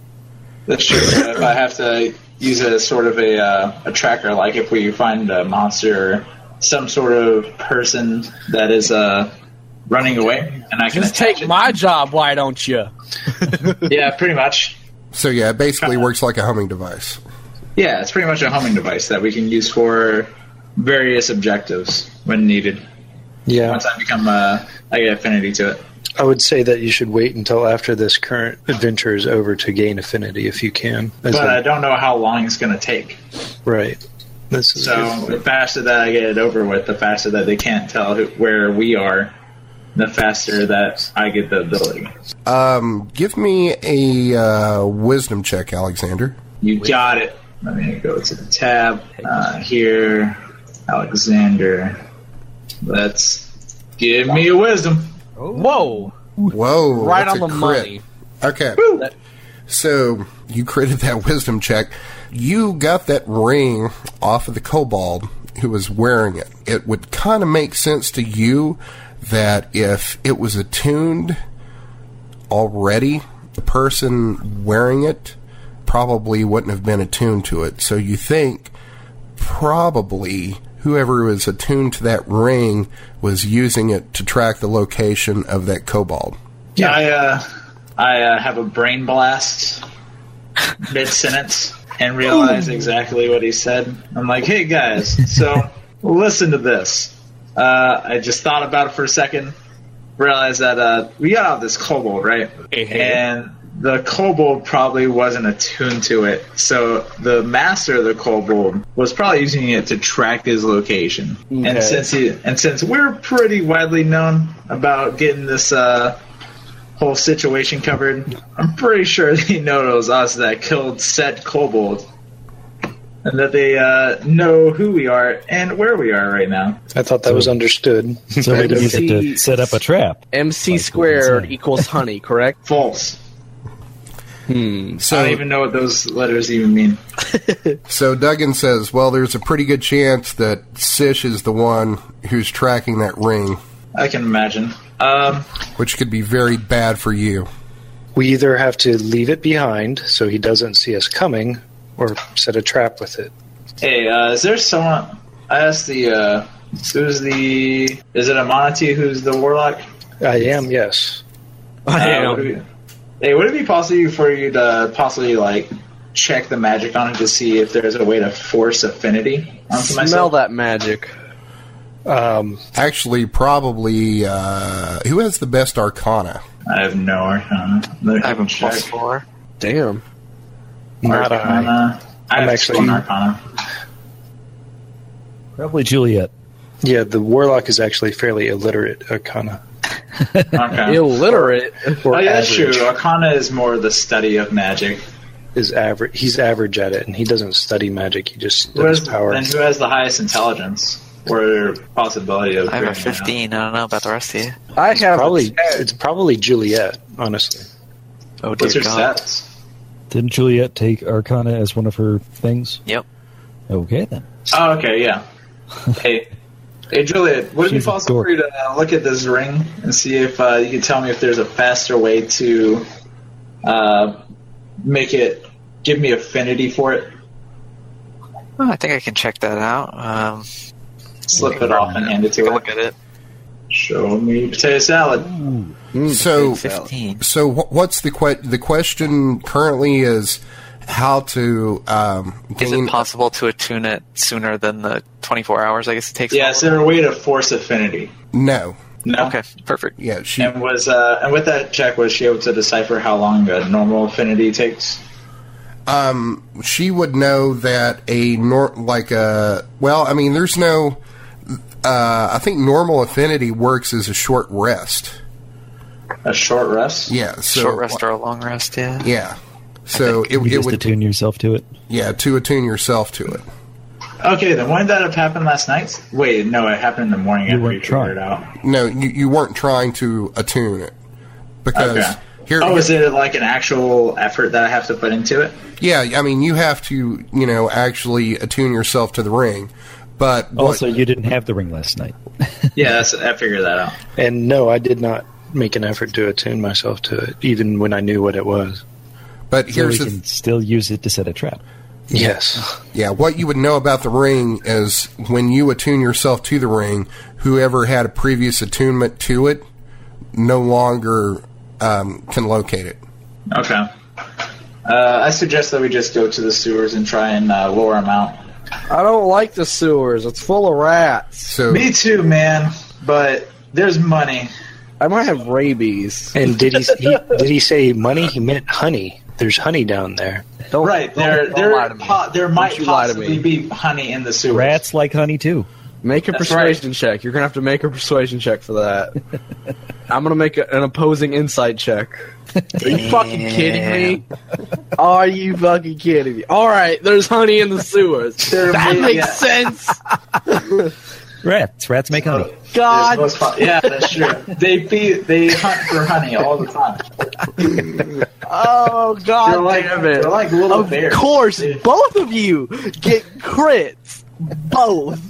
[SPEAKER 4] That's true. but if I have to use a sort of a, uh, a tracker, like if we find a monster or some sort of person that is uh, running away, and I can
[SPEAKER 7] Just
[SPEAKER 4] attach
[SPEAKER 7] take
[SPEAKER 4] it.
[SPEAKER 7] my job, why don't you?
[SPEAKER 4] Yeah, pretty much.
[SPEAKER 1] So yeah, it basically works like a humming device.
[SPEAKER 4] Yeah, it's pretty much a homing device that we can use for various objectives when needed.
[SPEAKER 5] Yeah,
[SPEAKER 4] Once I become, uh, I get affinity to it.
[SPEAKER 5] I would say that you should wait until after this current adventure is over to gain affinity if you can. As
[SPEAKER 4] But
[SPEAKER 5] a-
[SPEAKER 4] I don't know how long it's going to take.
[SPEAKER 5] right. This is
[SPEAKER 4] So the faster that I get it over with, the faster that they can't tell who, where we are, the faster that I get the ability.
[SPEAKER 1] Um, give me a uh, wisdom check, Alexander.
[SPEAKER 4] You got it. Let me go to the tab uh, here, Alexander. Let's give me a wisdom.
[SPEAKER 7] Whoa!
[SPEAKER 1] Whoa,
[SPEAKER 7] Right
[SPEAKER 1] that's
[SPEAKER 7] on
[SPEAKER 1] a crit.
[SPEAKER 7] the money.
[SPEAKER 1] Okay. So you created that wisdom check. You got that ring off of the kobold who was wearing it. It would kind of make sense to you that if it was attuned already, the person wearing it probably wouldn't have been attuned to it. So you think probably whoever was attuned to that ring was using it to track the location of that kobold.
[SPEAKER 4] Yeah, I, uh, I uh, have a brain blast mid sentence and realize exactly what he said. I'm like, hey guys, so listen to this. Uh, I just thought about it for a second, realized that uh, we got out this kobold, right? And the kobold probably wasn't attuned to it. So the master of the kobold was probably using it to track his location.
[SPEAKER 7] Okay.
[SPEAKER 4] And since he and since we're pretty widely known about getting this uh, whole situation covered, I'm pretty sure they know it was us that killed said kobold. And that they uh, know who we are and where we are right now.
[SPEAKER 5] I thought that was understood.
[SPEAKER 3] So we
[SPEAKER 5] I
[SPEAKER 3] needed
[SPEAKER 5] don't-
[SPEAKER 7] see-
[SPEAKER 3] to set up a trap.
[SPEAKER 7] MC
[SPEAKER 3] Like
[SPEAKER 7] squared
[SPEAKER 3] insane.
[SPEAKER 7] equals honey, correct?
[SPEAKER 4] False.
[SPEAKER 1] So
[SPEAKER 4] I don't even know what those letters even mean.
[SPEAKER 1] So Duggan says, "Well, there's a pretty good chance that Sish is the one who's tracking that ring,
[SPEAKER 4] I can imagine. Um,
[SPEAKER 1] which could be very bad for you."
[SPEAKER 5] we either have to leave it behind so he doesn't see us coming, or set a trap with it.
[SPEAKER 4] Hey, uh, is there someone? I asked the uh, who's the is it Amonati who's the warlock?
[SPEAKER 5] I am, yes.
[SPEAKER 7] I
[SPEAKER 4] Uh, would it be- hey, would it be possible for you to possibly like check the magic on it to see if there's a way to force affinity onto
[SPEAKER 7] Smell
[SPEAKER 4] myself?
[SPEAKER 7] that magic.
[SPEAKER 5] Um,
[SPEAKER 1] Actually, probably uh, who has the best Arcana?
[SPEAKER 4] I have no arcana.
[SPEAKER 6] I have a plus four.
[SPEAKER 7] Damn.
[SPEAKER 5] not I.
[SPEAKER 4] I
[SPEAKER 5] I'm
[SPEAKER 4] have
[SPEAKER 5] actually-
[SPEAKER 4] one arcana.
[SPEAKER 3] Probably Juliet.
[SPEAKER 5] Yeah, the warlock is actually fairly illiterate, Arcana.
[SPEAKER 4] Okay.
[SPEAKER 7] Illiterate.
[SPEAKER 5] Or
[SPEAKER 4] Oh, yeah, that's
[SPEAKER 5] average
[SPEAKER 4] true. Arcana is more the study of magic.
[SPEAKER 5] is average. He's average at it, and he doesn't study magic. He just
[SPEAKER 4] Who
[SPEAKER 5] studies
[SPEAKER 4] has,
[SPEAKER 5] power.
[SPEAKER 4] then who has the highest intelligence or possibility of?
[SPEAKER 6] I have a
[SPEAKER 4] figuring it out?
[SPEAKER 6] fifteen. I don't know about the rest of you.
[SPEAKER 7] I have
[SPEAKER 5] Probably,
[SPEAKER 7] a ten.
[SPEAKER 5] it's probably Juliet, honestly.
[SPEAKER 6] Oh dear
[SPEAKER 4] What's your
[SPEAKER 6] God.
[SPEAKER 4] stats?
[SPEAKER 3] Didn't Juliet take Arcana as one of her things?
[SPEAKER 6] Yep.
[SPEAKER 3] Okay then.
[SPEAKER 4] Oh, okay, yeah. Hey, hey, Juliet, would it be
[SPEAKER 3] She's a
[SPEAKER 4] possible
[SPEAKER 3] dork.
[SPEAKER 4] for you to uh, look at this ring and see if uh, you can tell me if there's a faster way to uh, make it give me affinity for it?
[SPEAKER 6] Oh, I think I can check that out. Um,
[SPEAKER 4] Slip it off and hand it
[SPEAKER 6] take a
[SPEAKER 4] to
[SPEAKER 6] look at
[SPEAKER 4] it.
[SPEAKER 6] it.
[SPEAKER 4] Show me potato salad.
[SPEAKER 1] So,
[SPEAKER 6] Fifteen.
[SPEAKER 1] so wh- what's the que- the question currently is how to um,
[SPEAKER 6] Is it
[SPEAKER 1] gain
[SPEAKER 6] possible to attune it sooner than the twenty-four hours? I guess it takes.
[SPEAKER 4] Yeah, is there a way to force affinity?
[SPEAKER 1] no.
[SPEAKER 4] No.
[SPEAKER 6] Okay. Perfect.
[SPEAKER 1] Yeah, she
[SPEAKER 4] And was uh, and with that check, was she able to decipher how long a normal affinity takes?
[SPEAKER 1] she would know that a nor like a well, I mean, there's no. Uh, I think normal affinity works as a short rest.
[SPEAKER 4] A short rest.
[SPEAKER 1] Yeah, so
[SPEAKER 6] Short rest or a long rest? Yeah.
[SPEAKER 1] Yeah. So it,
[SPEAKER 3] You
[SPEAKER 1] it
[SPEAKER 3] just
[SPEAKER 1] would
[SPEAKER 3] attune yourself to it.
[SPEAKER 1] yeah to attune yourself to it.
[SPEAKER 4] Okay, then wouldn't that have happened last night? Wait, no, it happened in the morning after we
[SPEAKER 3] weren't
[SPEAKER 4] figured it
[SPEAKER 3] trying.
[SPEAKER 4] out.
[SPEAKER 1] No, you, you weren't trying to attune it because
[SPEAKER 4] Okay.
[SPEAKER 1] here.
[SPEAKER 4] Oh, is it like an actual effort that I have to put into it?
[SPEAKER 1] Yeah, I mean you have to you know actually attune yourself to the ring, but what-
[SPEAKER 3] Also, you didn't have the ring last night.
[SPEAKER 4] Yeah, that's, I figured that out.
[SPEAKER 5] And no, I did not make an effort to attune myself to it, even when I knew what it was.
[SPEAKER 1] but
[SPEAKER 3] So we
[SPEAKER 1] here's the
[SPEAKER 3] can still use it to set a trap.
[SPEAKER 5] Yes.
[SPEAKER 1] yeah what you would know about the ring is when you attune yourself to the ring, whoever had a previous attunement to it no longer um, can locate it.
[SPEAKER 4] Okay. Uh, I suggest that we just go to the sewers and try and uh, lure them out.
[SPEAKER 7] I don't like the sewers. It's full of rats.
[SPEAKER 1] So
[SPEAKER 4] Me too, man. But there's money.
[SPEAKER 7] I might have rabies.
[SPEAKER 5] And did he, he did he say money? He meant honey. There's honey down there.
[SPEAKER 7] Don't,
[SPEAKER 4] Right
[SPEAKER 7] don't-
[SPEAKER 4] there,
[SPEAKER 7] don't lie
[SPEAKER 4] there,
[SPEAKER 7] to me.
[SPEAKER 4] po- there
[SPEAKER 7] Don't
[SPEAKER 4] might
[SPEAKER 7] you lie to
[SPEAKER 4] possibly
[SPEAKER 7] me.
[SPEAKER 4] be honey in the sewers.
[SPEAKER 3] Rats like honey too.
[SPEAKER 7] Make a
[SPEAKER 4] That's
[SPEAKER 7] persuasion check. You're gonna have to make a persuasion check for that. I'm gonna make a, an opposing insight check. Are you fucking kidding me? Are you fucking kidding me? All right, there's honey in the sewers.
[SPEAKER 4] There
[SPEAKER 7] that
[SPEAKER 4] may-
[SPEAKER 7] makes
[SPEAKER 4] yeah.
[SPEAKER 7] sense.
[SPEAKER 3] Rats. Rats make honey.
[SPEAKER 4] There's
[SPEAKER 7] God,
[SPEAKER 4] most fun- yeah, that's true. they be, they hunt for honey all the time.
[SPEAKER 7] oh god,
[SPEAKER 4] They're like
[SPEAKER 7] damn it!
[SPEAKER 4] they're like little
[SPEAKER 7] of
[SPEAKER 4] bears.
[SPEAKER 7] course,
[SPEAKER 4] They-
[SPEAKER 7] both of you get crits. Both.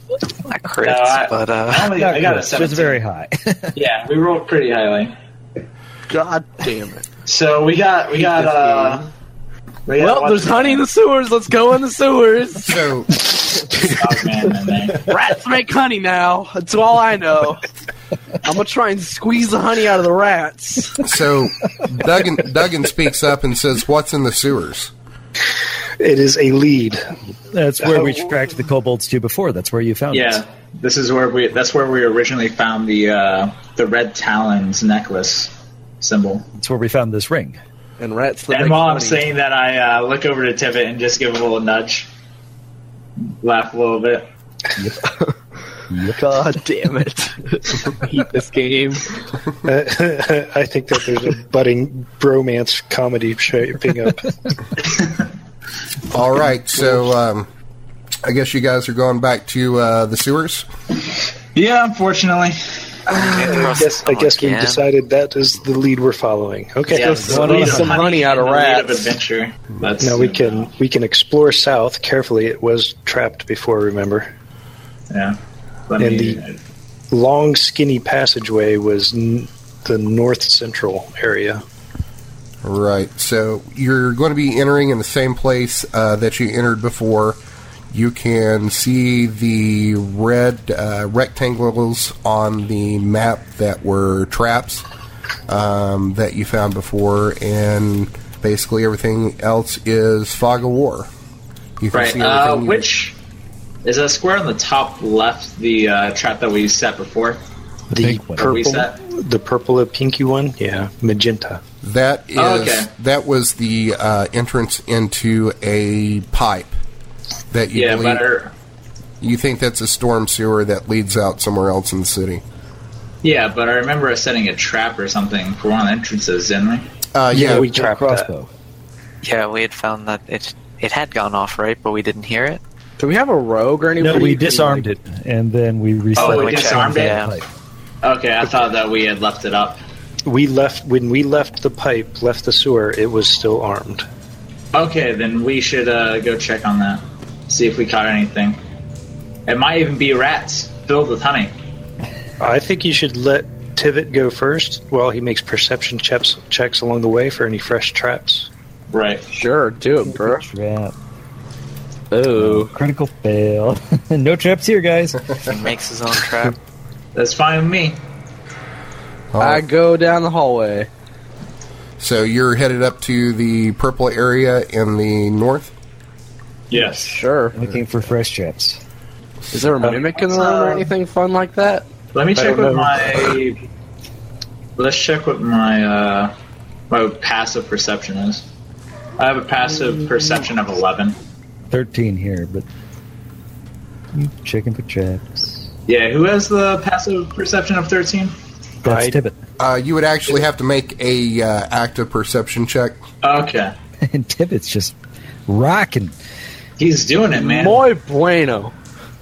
[SPEAKER 6] Not crits,
[SPEAKER 4] No, I-
[SPEAKER 6] but uh,
[SPEAKER 4] I, only, I got
[SPEAKER 3] It
[SPEAKER 4] a
[SPEAKER 3] was
[SPEAKER 4] 17.
[SPEAKER 3] very high.
[SPEAKER 4] Yeah, we rolled pretty highly.
[SPEAKER 7] God damn it.
[SPEAKER 4] So we got we got uh we got
[SPEAKER 7] Well, there's honey in the sewers. Let's go in the sewers.
[SPEAKER 1] so
[SPEAKER 4] dog man in there.
[SPEAKER 7] Rats make honey now. That's all I know. I'm gonna try and squeeze the honey out of the rats.
[SPEAKER 1] so Duggan Duggan speaks up and says, "What's in the sewers?"
[SPEAKER 5] It is a lead.
[SPEAKER 3] That's where we tracked the kobolds to before. That's where you found us.
[SPEAKER 4] Yeah. This is where we that's where we originally found the uh the red talons necklace symbol.
[SPEAKER 3] That's where we found this ring.
[SPEAKER 7] and rats that
[SPEAKER 4] And
[SPEAKER 7] make
[SPEAKER 4] while I'm
[SPEAKER 7] money.
[SPEAKER 4] saying that, I uh, look over to Tippett and just give him a little nudge, laugh a little bit.
[SPEAKER 7] God damn it! Repeat this game.
[SPEAKER 5] I think that there's a budding bromance comedy shaping up.
[SPEAKER 1] All right, so um, I guess you guys are going back to uh, the sewers.
[SPEAKER 4] Yeah, unfortunately.
[SPEAKER 5] I guess, I guess we decided that is the lead we're following. Okay.
[SPEAKER 4] Yeah,
[SPEAKER 5] Yes.
[SPEAKER 4] the
[SPEAKER 3] one
[SPEAKER 4] lead
[SPEAKER 3] of
[SPEAKER 4] of
[SPEAKER 7] some honey out of
[SPEAKER 4] and the lead of
[SPEAKER 7] rats.
[SPEAKER 4] adventure. That's
[SPEAKER 5] Now we can we can explore south carefully. It was trapped before, remember.
[SPEAKER 4] Yeah. Let
[SPEAKER 5] And
[SPEAKER 4] me- uh,
[SPEAKER 5] the- Long skinny passageway was n- the north central area.
[SPEAKER 1] Right, so you're going to be entering in the same place uh, that you entered before. You can see the red uh, rectangles on the map that were traps um, that you found before, and basically everything else is fog of war. You can
[SPEAKER 4] right.
[SPEAKER 1] see
[SPEAKER 4] Uh,
[SPEAKER 1] everything you-
[SPEAKER 4] which is that square on the top left the uh, trap that we set before?
[SPEAKER 5] The
[SPEAKER 3] pink one.
[SPEAKER 5] purple,
[SPEAKER 4] We set.
[SPEAKER 5] the purple uh, pinky one, yeah, magenta.
[SPEAKER 1] That is
[SPEAKER 4] Oh, okay.
[SPEAKER 1] that was the uh, entrance into a pipe that you
[SPEAKER 4] Yeah,
[SPEAKER 1] believe,
[SPEAKER 4] but our,
[SPEAKER 1] you think that's a storm sewer that leads out somewhere else in the city.
[SPEAKER 4] yeah, but I remember us setting a trap or something for one of the entrances, didn't we?
[SPEAKER 1] Uh, yeah,
[SPEAKER 5] we
[SPEAKER 3] With a
[SPEAKER 5] trapped that.
[SPEAKER 3] crossbow.
[SPEAKER 6] Yeah, we had found that it it had gone off, right? But we didn't hear it.
[SPEAKER 7] Do we have a rogue or anything?
[SPEAKER 3] No, we disarmed it, and then we reset
[SPEAKER 4] Oh,
[SPEAKER 6] we
[SPEAKER 3] it.
[SPEAKER 4] disarmed
[SPEAKER 6] it?
[SPEAKER 3] Yeah.
[SPEAKER 4] Okay, I thought that we had left it up.
[SPEAKER 5] We left when we left the pipe, left the sewer. It was still armed.
[SPEAKER 4] Okay, then we should uh, go check on that, see if we caught anything. It might even be rats filled with honey.
[SPEAKER 5] I think you should let Tivit go first while he makes perception checks checks along the way for any fresh traps.
[SPEAKER 4] Right.
[SPEAKER 7] Sure, do it, bro.
[SPEAKER 3] Trap.
[SPEAKER 7] Oh,
[SPEAKER 3] Critical fail. no traps here, guys.
[SPEAKER 6] He makes his own trap.
[SPEAKER 4] That's fine with me.
[SPEAKER 1] All
[SPEAKER 7] I
[SPEAKER 1] right.
[SPEAKER 7] go down the hallway.
[SPEAKER 1] so you're headed up to the purple area in the north.
[SPEAKER 4] Yes.
[SPEAKER 7] Sure.
[SPEAKER 3] Looking for fresh traps.
[SPEAKER 7] Is there a mimic in the room or anything fun like that?
[SPEAKER 4] Let me check
[SPEAKER 5] don't know.
[SPEAKER 4] with my. Let's check what my uh, my passive perception is. I have a passive perception of eleven.
[SPEAKER 3] 13 here, but. Checking for traps.
[SPEAKER 4] Yeah, who has the passive perception of thirteen?
[SPEAKER 3] That's
[SPEAKER 5] I-
[SPEAKER 3] Tibbet.
[SPEAKER 1] Uh, you would actually have to make a uh, active perception check.
[SPEAKER 4] Okay,
[SPEAKER 3] and Tibbet's just rocking.
[SPEAKER 4] he's doing it, man.
[SPEAKER 7] Muy bueno.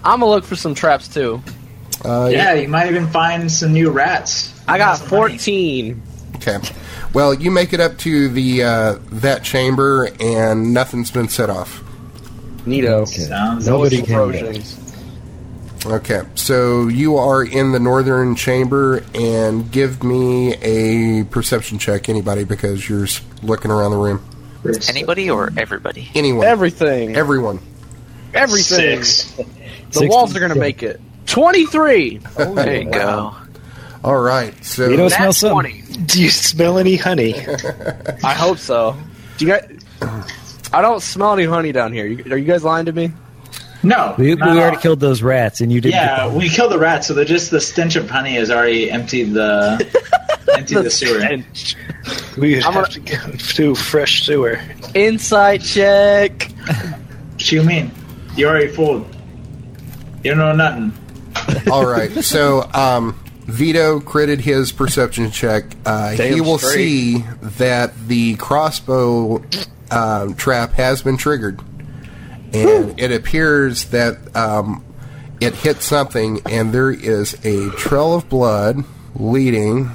[SPEAKER 7] I'm gonna look for some traps too.
[SPEAKER 1] Uh,
[SPEAKER 4] Yeah, you might even find some new rats.
[SPEAKER 7] I got
[SPEAKER 4] Some honey.
[SPEAKER 7] 14.
[SPEAKER 1] Okay. Well, you make it up to the uh, that chamber, and nothing's been set off.
[SPEAKER 7] Neato.
[SPEAKER 3] Okay.
[SPEAKER 4] Sounds
[SPEAKER 3] Nobody came back.
[SPEAKER 7] Explosions.
[SPEAKER 1] Okay, so you are in the northern chamber, and give me a perception check, anybody, because you're s- looking around the room.
[SPEAKER 6] Anybody or everybody?
[SPEAKER 1] Anyone,
[SPEAKER 7] Everything.
[SPEAKER 1] everyone.
[SPEAKER 7] Everything.
[SPEAKER 4] Six.
[SPEAKER 7] The walls are gonna make it. 23. Oh,
[SPEAKER 6] There you go.
[SPEAKER 1] All right, so
[SPEAKER 3] You don't
[SPEAKER 7] That's
[SPEAKER 3] smell some.
[SPEAKER 7] 20.
[SPEAKER 5] Do you smell any honey?
[SPEAKER 7] I hope so. Do you guys? I don't smell any honey down here. You, are you guys lying to me?
[SPEAKER 4] No.
[SPEAKER 3] We, we
[SPEAKER 4] not
[SPEAKER 3] already
[SPEAKER 4] all.
[SPEAKER 3] killed those rats, and you didn't.
[SPEAKER 4] Yeah, we killed the rats, so they're just the stench of honey has already emptied the emptied the, sewer.
[SPEAKER 5] We would
[SPEAKER 7] I'm
[SPEAKER 5] have to go to fresh sewer.
[SPEAKER 7] Insight check.
[SPEAKER 4] What you mean? You already fooled. You know nothing.
[SPEAKER 1] all right, so um, Vito critted his perception check. Uh, he
[SPEAKER 7] Damn
[SPEAKER 1] will
[SPEAKER 7] straight.
[SPEAKER 1] see that the crossbow um, trap has been triggered, and it appears that um, it hit something, and there is a trail of blood leading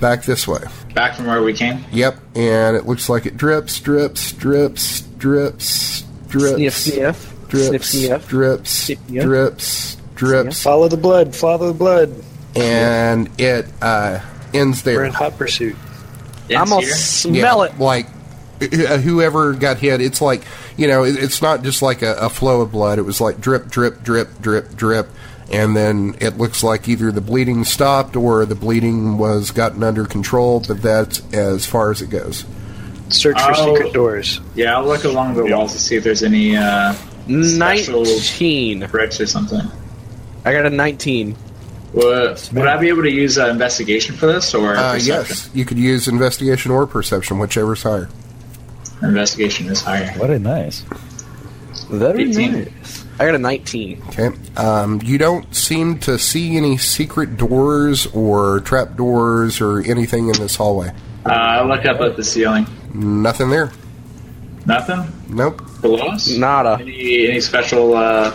[SPEAKER 1] back this way.
[SPEAKER 4] Back from where we came.
[SPEAKER 1] Yep, and it looks like it drips, drips, drips, drips, drips,
[SPEAKER 7] Sniff, sniff. Sniff,
[SPEAKER 1] drips,
[SPEAKER 7] sniff.
[SPEAKER 1] drips,
[SPEAKER 7] sniff.
[SPEAKER 1] drips, drips,
[SPEAKER 5] Follow the blood. Follow the blood.
[SPEAKER 1] and it uh, ends there.
[SPEAKER 5] We're in hot pursuit.
[SPEAKER 7] I'm gonna
[SPEAKER 4] It's here.
[SPEAKER 1] Yeah,
[SPEAKER 7] smell it.
[SPEAKER 1] Like uh, whoever got hit, it's like you know, it, it's not just like a, a flow of blood. It was like drip, drip, drip, drip, drip, and then it looks like either the bleeding stopped or the bleeding was gotten under control. But that's as far as it goes.
[SPEAKER 5] Search for
[SPEAKER 4] Oh.
[SPEAKER 5] secret doors.
[SPEAKER 4] Yeah, I'll look along the walls to see if there's any uh, special
[SPEAKER 7] 19.
[SPEAKER 4] bricks or something.
[SPEAKER 7] I got a 19.
[SPEAKER 4] Would, would I be able to use uh, investigation for this or
[SPEAKER 1] Uh,
[SPEAKER 4] perception?
[SPEAKER 1] yes, you could use investigation or perception, whichever's higher.
[SPEAKER 4] Investigation is higher.
[SPEAKER 3] What a nice.
[SPEAKER 7] Very
[SPEAKER 4] 18.
[SPEAKER 7] nice. I got a 19.
[SPEAKER 1] Okay. Um, you don't seem to see any secret doors or trap doors or anything in this hallway.
[SPEAKER 4] Uh, I look up at the ceiling.
[SPEAKER 1] Nothing there.
[SPEAKER 4] Nothing
[SPEAKER 1] Nope.
[SPEAKER 4] below us.
[SPEAKER 7] Nada.
[SPEAKER 4] Any any special uh,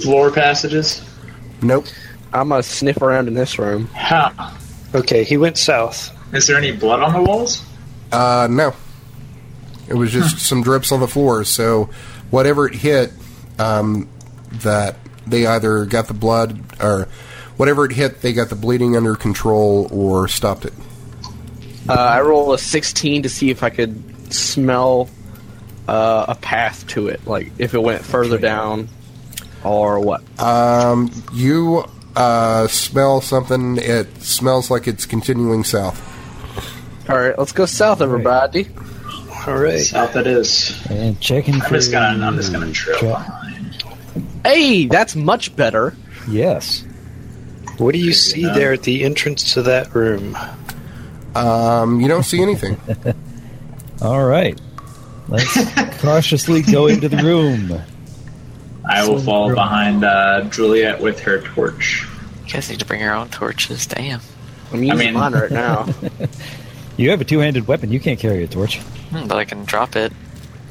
[SPEAKER 4] floor passages?
[SPEAKER 1] Nope.
[SPEAKER 7] I'm gonna sniff around in this room.
[SPEAKER 4] Huh.
[SPEAKER 5] Okay, he went south.
[SPEAKER 4] Is there any blood on the walls?
[SPEAKER 1] Uh, no. It was just some drips on the floor. So whatever it hit, um, that they either got the blood or whatever it hit, they got the bleeding under control or stopped it.
[SPEAKER 7] Uh, I roll a 16 to see if I could smell uh, a path to it, like if it went further down or what.
[SPEAKER 1] Um, you uh, smell something. It smells like it's continuing south.
[SPEAKER 7] All right, let's go south, everybody.
[SPEAKER 5] All right.
[SPEAKER 4] South it is.
[SPEAKER 3] And checking
[SPEAKER 4] I'm
[SPEAKER 3] for.
[SPEAKER 4] just gonna I'm just
[SPEAKER 3] Hmm.
[SPEAKER 4] gonna trail
[SPEAKER 3] Tra-
[SPEAKER 4] behind.
[SPEAKER 7] Hey, that's much better.
[SPEAKER 3] Yes.
[SPEAKER 5] What do you see there at the entrance to that room?
[SPEAKER 1] Um, you don't see anything.
[SPEAKER 3] All right. Let's cautiously go into the room.
[SPEAKER 4] I will follow behind uh, Juliet with her torch.
[SPEAKER 6] You guys need to bring your own torches. Damn.
[SPEAKER 7] I'm using
[SPEAKER 4] mean- uh,
[SPEAKER 7] mine right now.
[SPEAKER 3] You have a two-handed weapon. You can't carry a torch.
[SPEAKER 6] Hmm, but I can drop it.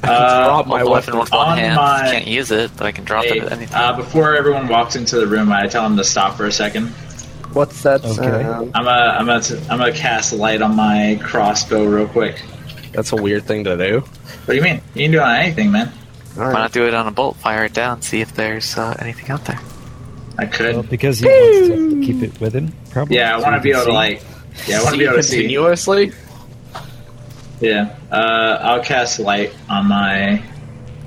[SPEAKER 4] Uh,
[SPEAKER 7] drop my
[SPEAKER 6] Hold the
[SPEAKER 7] weapon
[SPEAKER 6] with one
[SPEAKER 4] on
[SPEAKER 6] hand.
[SPEAKER 4] my-
[SPEAKER 6] Can't use it, but I can drop
[SPEAKER 4] Hey,
[SPEAKER 6] it at any time.
[SPEAKER 4] uh, before everyone walks into the room, I tell them to stop for a second.
[SPEAKER 7] What's that?
[SPEAKER 3] Okay.
[SPEAKER 7] sound?
[SPEAKER 4] I'm gonna I'm gonna I'm gonna cast light on my crossbow real quick.
[SPEAKER 7] That's a weird thing to do.
[SPEAKER 4] What do you mean? You can do it on anything, man.
[SPEAKER 7] All
[SPEAKER 6] Why
[SPEAKER 7] right.
[SPEAKER 6] not do it on a bolt? Fire it down. See if there's uh, anything out there.
[SPEAKER 4] I
[SPEAKER 3] Well,
[SPEAKER 4] could.
[SPEAKER 3] because he wants to keep it with him, probably.
[SPEAKER 4] Yeah, I
[SPEAKER 3] so
[SPEAKER 4] want
[SPEAKER 3] he
[SPEAKER 4] to be
[SPEAKER 3] can
[SPEAKER 4] able to
[SPEAKER 3] see.
[SPEAKER 4] like. Yeah, I want to
[SPEAKER 7] See
[SPEAKER 4] be able to see.
[SPEAKER 7] continuously.
[SPEAKER 4] Yeah, uh, I'll cast light on my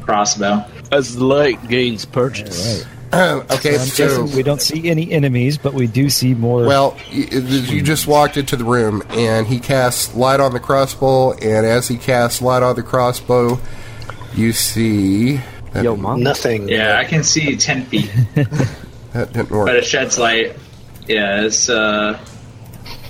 [SPEAKER 4] crossbow.
[SPEAKER 7] As light gains
[SPEAKER 3] All
[SPEAKER 7] purchase.
[SPEAKER 3] right.
[SPEAKER 1] okay,
[SPEAKER 3] I'm guessing
[SPEAKER 1] so
[SPEAKER 3] we don't see any enemies, but we do see more.
[SPEAKER 1] well, y- you just walked into the room, and he casts light on the crossbow, and as he casts light on the crossbow, you see that,
[SPEAKER 7] Yo, mom.
[SPEAKER 5] Nothing.
[SPEAKER 4] Yeah, I can see ten feet,
[SPEAKER 1] that didn't
[SPEAKER 4] but
[SPEAKER 1] work.
[SPEAKER 4] it sheds light. Yeah, it's uh,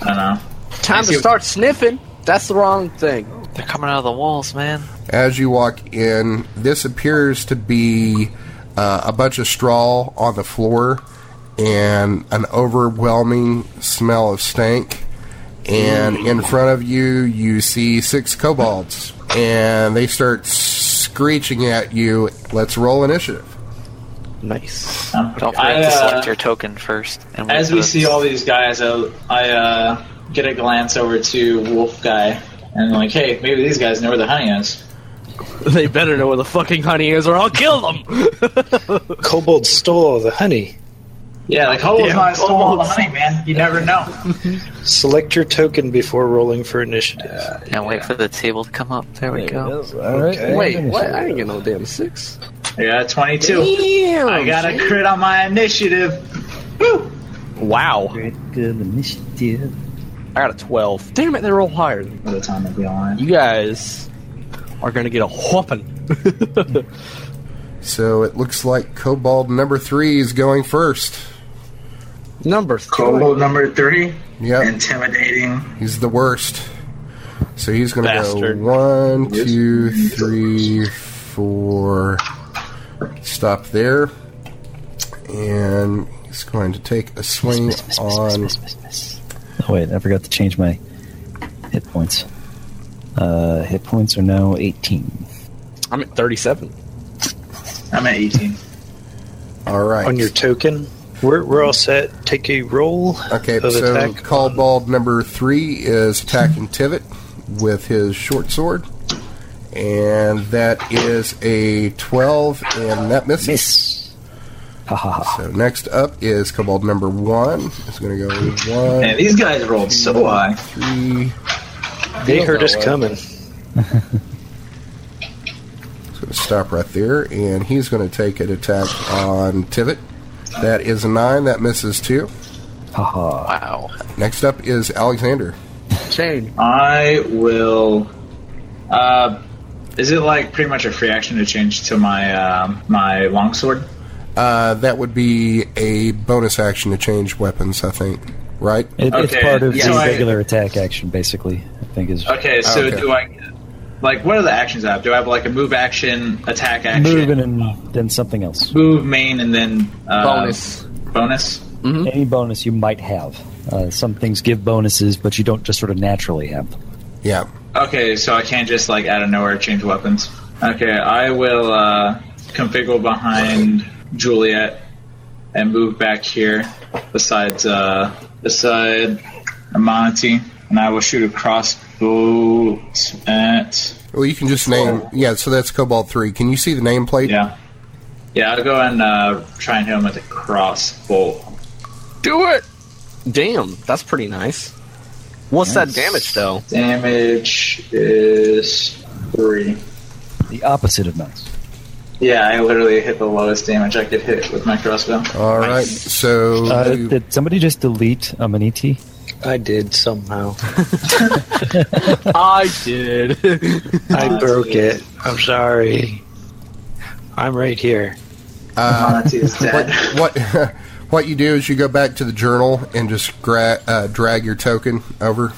[SPEAKER 4] I don't know.
[SPEAKER 7] Time to
[SPEAKER 4] see-
[SPEAKER 7] start sniffing. That's the wrong thing.
[SPEAKER 6] They're coming out of the walls, man.
[SPEAKER 1] As you walk in, this appears to be uh, a bunch of straw on the floor, and an overwhelming smell of stank. And in front of you, you see six kobolds, and they start screeching at you. Let's roll initiative.
[SPEAKER 7] Nice.
[SPEAKER 4] Um,
[SPEAKER 6] Don't forget
[SPEAKER 4] I,
[SPEAKER 6] to select
[SPEAKER 4] uh,
[SPEAKER 6] your token first. And wait
[SPEAKER 4] as
[SPEAKER 6] for
[SPEAKER 4] we
[SPEAKER 6] the-
[SPEAKER 4] see all these guys, I, I uh, get a glance over to Wolf Guy, and like, hey, maybe these guys know where the honey is.
[SPEAKER 7] They better know where the fucking honey is, or I'll kill them.
[SPEAKER 5] Kobold stole the honey.
[SPEAKER 4] Yeah, like, oh,
[SPEAKER 7] Damn,
[SPEAKER 4] it's not stole all the
[SPEAKER 7] almost.
[SPEAKER 4] honey, man. You never know.
[SPEAKER 5] Select your token before rolling for initiative.
[SPEAKER 6] and wait for the table to come up. There we go.
[SPEAKER 3] All right.
[SPEAKER 7] Wait, what? I didn't get no damn six.
[SPEAKER 4] I got a 22.
[SPEAKER 7] Damn.
[SPEAKER 4] I got a crit on my initiative. Woo!
[SPEAKER 7] Wow.
[SPEAKER 3] Great good initiative.
[SPEAKER 7] I got a twelve. Damn it, they roll higher.
[SPEAKER 4] By the time I'll be online.
[SPEAKER 7] You guys are gonna get a whooping.
[SPEAKER 1] So it looks like Cobalt number three is going first.
[SPEAKER 7] Number three.
[SPEAKER 4] Kobold number three.
[SPEAKER 1] Yep,
[SPEAKER 4] Intimidating.
[SPEAKER 1] he's the worst. So he's going to go
[SPEAKER 7] Bastard.
[SPEAKER 1] one, two, three, four. Stop there. And he's going to take a swing on.
[SPEAKER 3] Oh, wait, I forgot to change my hit points. Uh, hit points are now 18.
[SPEAKER 7] I'm at thirty-seven.
[SPEAKER 4] I'm at 18.
[SPEAKER 1] All right.
[SPEAKER 5] On your token, we're, we're all set. Take a roll
[SPEAKER 1] Okay,
[SPEAKER 5] of
[SPEAKER 1] so
[SPEAKER 5] attack.
[SPEAKER 1] Cobalt number three is attacking Tivit with his short sword. And that is a 12, and that misses.
[SPEAKER 3] Miss. Ha ha ha.
[SPEAKER 1] So next up is Cobalt number one. It's going to go one,
[SPEAKER 4] Man, these guys rolled so high.
[SPEAKER 1] three.
[SPEAKER 5] They heard us coming.
[SPEAKER 1] It's going to stop right there, and he's going to take an attack on Tivit. That is a nine. That misses two.
[SPEAKER 3] Ha ha.
[SPEAKER 6] Wow.
[SPEAKER 1] Next up is Alexander.
[SPEAKER 7] Chain.
[SPEAKER 4] I will. Uh, is it like pretty much a free action to change to my um, my longsword?
[SPEAKER 1] Uh, that would be a bonus action to change weapons, I think. Right?
[SPEAKER 3] It, It's
[SPEAKER 4] Okay,
[SPEAKER 3] part of
[SPEAKER 4] yeah,
[SPEAKER 3] the
[SPEAKER 4] so I-
[SPEAKER 3] regular attack action, basically. I think is
[SPEAKER 4] Okay, so
[SPEAKER 1] Okay.
[SPEAKER 4] do I? Like, what are the actions I have? Do I have like a move action, attack action,
[SPEAKER 3] move and then- then something else.
[SPEAKER 4] move, main, and then uh,
[SPEAKER 2] Bonus.
[SPEAKER 7] Um,
[SPEAKER 4] Bonus.
[SPEAKER 3] Any bonus you might have. Uh, some things give bonuses, but you don't just sort of naturally have them.
[SPEAKER 1] Yeah.
[SPEAKER 4] Okay, so I can't just like out of nowhere change weapons. Okay, I will uh, configure behind Juliet and move back here besides uh, beside Amanati, and I will shoot a crossbow at
[SPEAKER 1] Well, you can just name. Yeah, so that's Cobalt 3. Can you see the nameplate?
[SPEAKER 4] yeah. Yeah, I'll go and uh, try and hit him with a crossbow.
[SPEAKER 7] Do it! Damn, that's pretty nice. What's that damage, though?
[SPEAKER 4] Damage is three.
[SPEAKER 3] The opposite of nice.
[SPEAKER 4] Yeah, I literally hit the lowest damage I could hit with my crossbow.
[SPEAKER 1] All right. So.
[SPEAKER 3] Uh,
[SPEAKER 1] you-
[SPEAKER 3] did somebody just delete Amaniti?
[SPEAKER 5] I did somehow.
[SPEAKER 7] I did.
[SPEAKER 5] I broke it. I'm sorry. I'm right here.
[SPEAKER 4] Monty is dead.
[SPEAKER 1] Uh, what what you do is you go back to the journal and just gra- uh, drag your token over.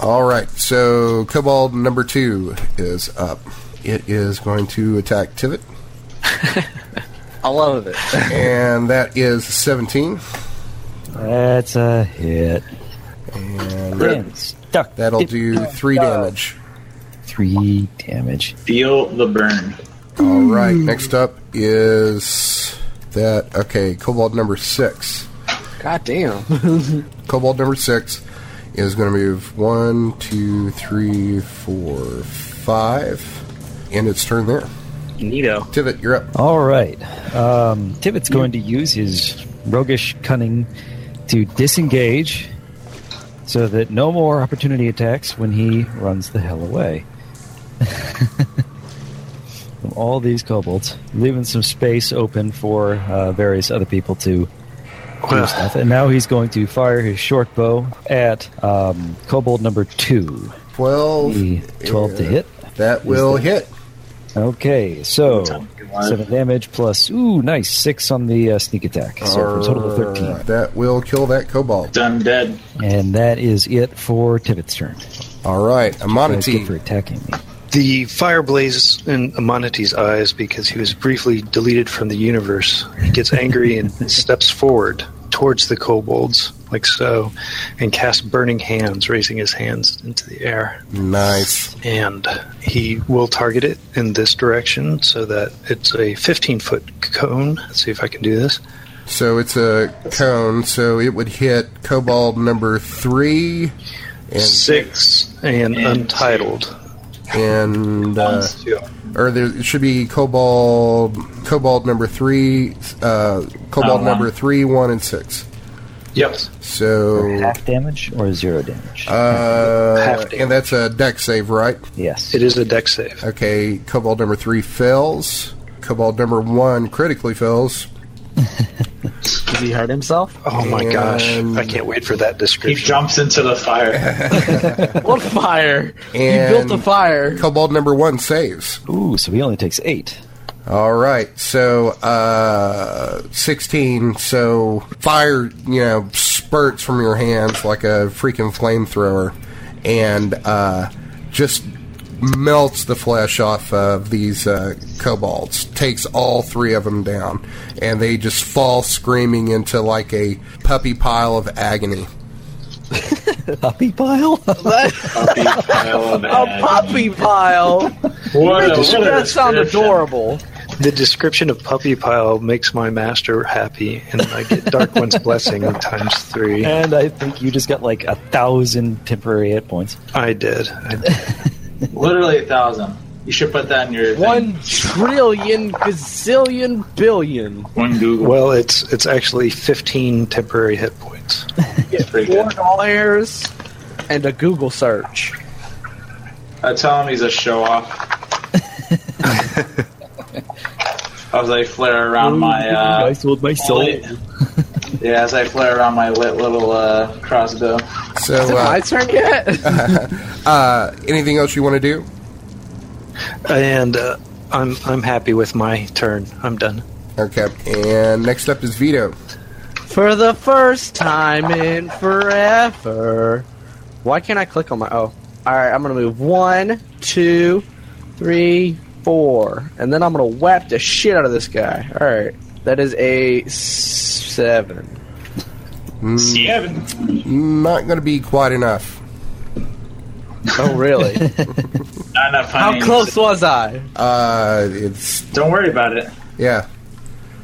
[SPEAKER 1] All right, so Cobalt number two is up. It is going to attack Tivit,
[SPEAKER 7] I love it.
[SPEAKER 1] and that is seventeen.
[SPEAKER 3] That's a hit.
[SPEAKER 1] And
[SPEAKER 3] Damn, stuck.
[SPEAKER 1] that'll do three damage.
[SPEAKER 3] three damage.
[SPEAKER 4] Feel the burn.
[SPEAKER 1] All right, next up is that okay? Cobalt number six.
[SPEAKER 7] God damn.
[SPEAKER 1] Cobalt number six is going to move one, two, three, four, five, and its turn there.
[SPEAKER 6] Neato.
[SPEAKER 1] Tivit, you're up.
[SPEAKER 3] All right. Um, Tibbet's going to use his roguish cunning to disengage so that no more opportunity attacks when he runs the hell away. From all these kobolds, leaving some space open for uh, various other people to do stuff. And now he's going to fire his short bow at um, kobold number two.
[SPEAKER 1] 12.
[SPEAKER 3] The 12 to
[SPEAKER 1] Yeah.
[SPEAKER 3] hit.
[SPEAKER 1] That will
[SPEAKER 3] that-
[SPEAKER 1] hit.
[SPEAKER 3] Okay, so seven damage plus ooh, nice six on the uh, sneak attack. So for a total of thirteen,
[SPEAKER 1] Alright, That will kill that cobalt.
[SPEAKER 4] Done dead.
[SPEAKER 3] and that is it for Tibbet's turn.
[SPEAKER 1] All right,
[SPEAKER 3] That's good for
[SPEAKER 1] Amonity.
[SPEAKER 3] attacking me.
[SPEAKER 5] The fire blazes in Amanati's eyes because he was briefly deleted from the universe. He gets angry and steps forward towards the kobolds, like so, and casts burning hands, raising his hands into the air.
[SPEAKER 1] Nice.
[SPEAKER 5] And he will target it in this direction so that it's a 15 foot cone. Let's see if I can do this.
[SPEAKER 1] So it's a cone, so it would hit cobalt number three and
[SPEAKER 5] Six and untitled.
[SPEAKER 1] and uh,
[SPEAKER 4] Once, two.
[SPEAKER 1] or there it should be cobalt cobalt number three, uh, cobalt
[SPEAKER 7] Oh,
[SPEAKER 4] one.
[SPEAKER 1] number three, one and six.
[SPEAKER 5] Yep.
[SPEAKER 7] Oh.
[SPEAKER 1] So
[SPEAKER 3] Half damage or zero damage?
[SPEAKER 1] uh,
[SPEAKER 5] Half damage.
[SPEAKER 1] and that's a deck save, right?
[SPEAKER 3] yes.
[SPEAKER 5] It is a deck save.
[SPEAKER 1] Okay, Cobalt number three fails. Cobalt number one critically fails.
[SPEAKER 7] Does he hurt himself?
[SPEAKER 5] Oh my gosh.
[SPEAKER 1] And-
[SPEAKER 5] I can't wait for that
[SPEAKER 4] He
[SPEAKER 5] description.
[SPEAKER 4] jumps into the fire.
[SPEAKER 7] What fire?
[SPEAKER 1] And-
[SPEAKER 7] you built the fire.
[SPEAKER 1] Cobalt number one saves.
[SPEAKER 3] Ooh, so he only takes eight.
[SPEAKER 1] All right, so uh, sixteen. So fire, you know, spurts from your hands like a freaking flamethrower, and uh, just melts the flesh off of these uh, kobolds. Takes all three of them down, and they just fall screaming into like a puppy pile of agony.
[SPEAKER 3] Puppy pile.
[SPEAKER 4] Puppy pile of
[SPEAKER 7] A
[SPEAKER 4] ash.
[SPEAKER 7] puppy pile.
[SPEAKER 4] What a- what a
[SPEAKER 7] that sounds
[SPEAKER 4] description.
[SPEAKER 7] adorable.
[SPEAKER 5] The description of puppy pile makes my master happy, and I get Dark One's blessing times three.
[SPEAKER 3] and I think you just got like a thousand temporary hit points.
[SPEAKER 5] I did. I-
[SPEAKER 4] Literally a thousand. You should put that in your thing.
[SPEAKER 7] One trillion, gazillion, billion.
[SPEAKER 4] One Google.
[SPEAKER 5] well, it's it's actually fifteen temporary hit points.
[SPEAKER 4] It's pretty
[SPEAKER 7] Four
[SPEAKER 4] good.
[SPEAKER 7] dollars and a Google search.
[SPEAKER 4] I tell him he's a show off. as I flare around my uh,
[SPEAKER 3] sold my
[SPEAKER 4] lit- yeah, as I flare around my lit little uh, crossbow.
[SPEAKER 1] So
[SPEAKER 7] Is it my
[SPEAKER 1] uh,
[SPEAKER 7] turn yet?
[SPEAKER 1] uh, anything else you want to do?
[SPEAKER 5] And uh, I'm I'm happy with my turn. I'm done.
[SPEAKER 1] Okay, and next up is Vito.
[SPEAKER 7] For the first time in forever. Why can't I click on my. Oh. Alright, I'm gonna move one, two, three, four. And then I'm gonna whap the shit out of this guy. Alright. That is a seven.
[SPEAKER 4] Seven.
[SPEAKER 1] Not going to be quite enough.
[SPEAKER 7] Oh, really?
[SPEAKER 4] Not enough honey.
[SPEAKER 7] How close was I?
[SPEAKER 1] Uh, it's
[SPEAKER 4] Don't worry about it.
[SPEAKER 1] yeah.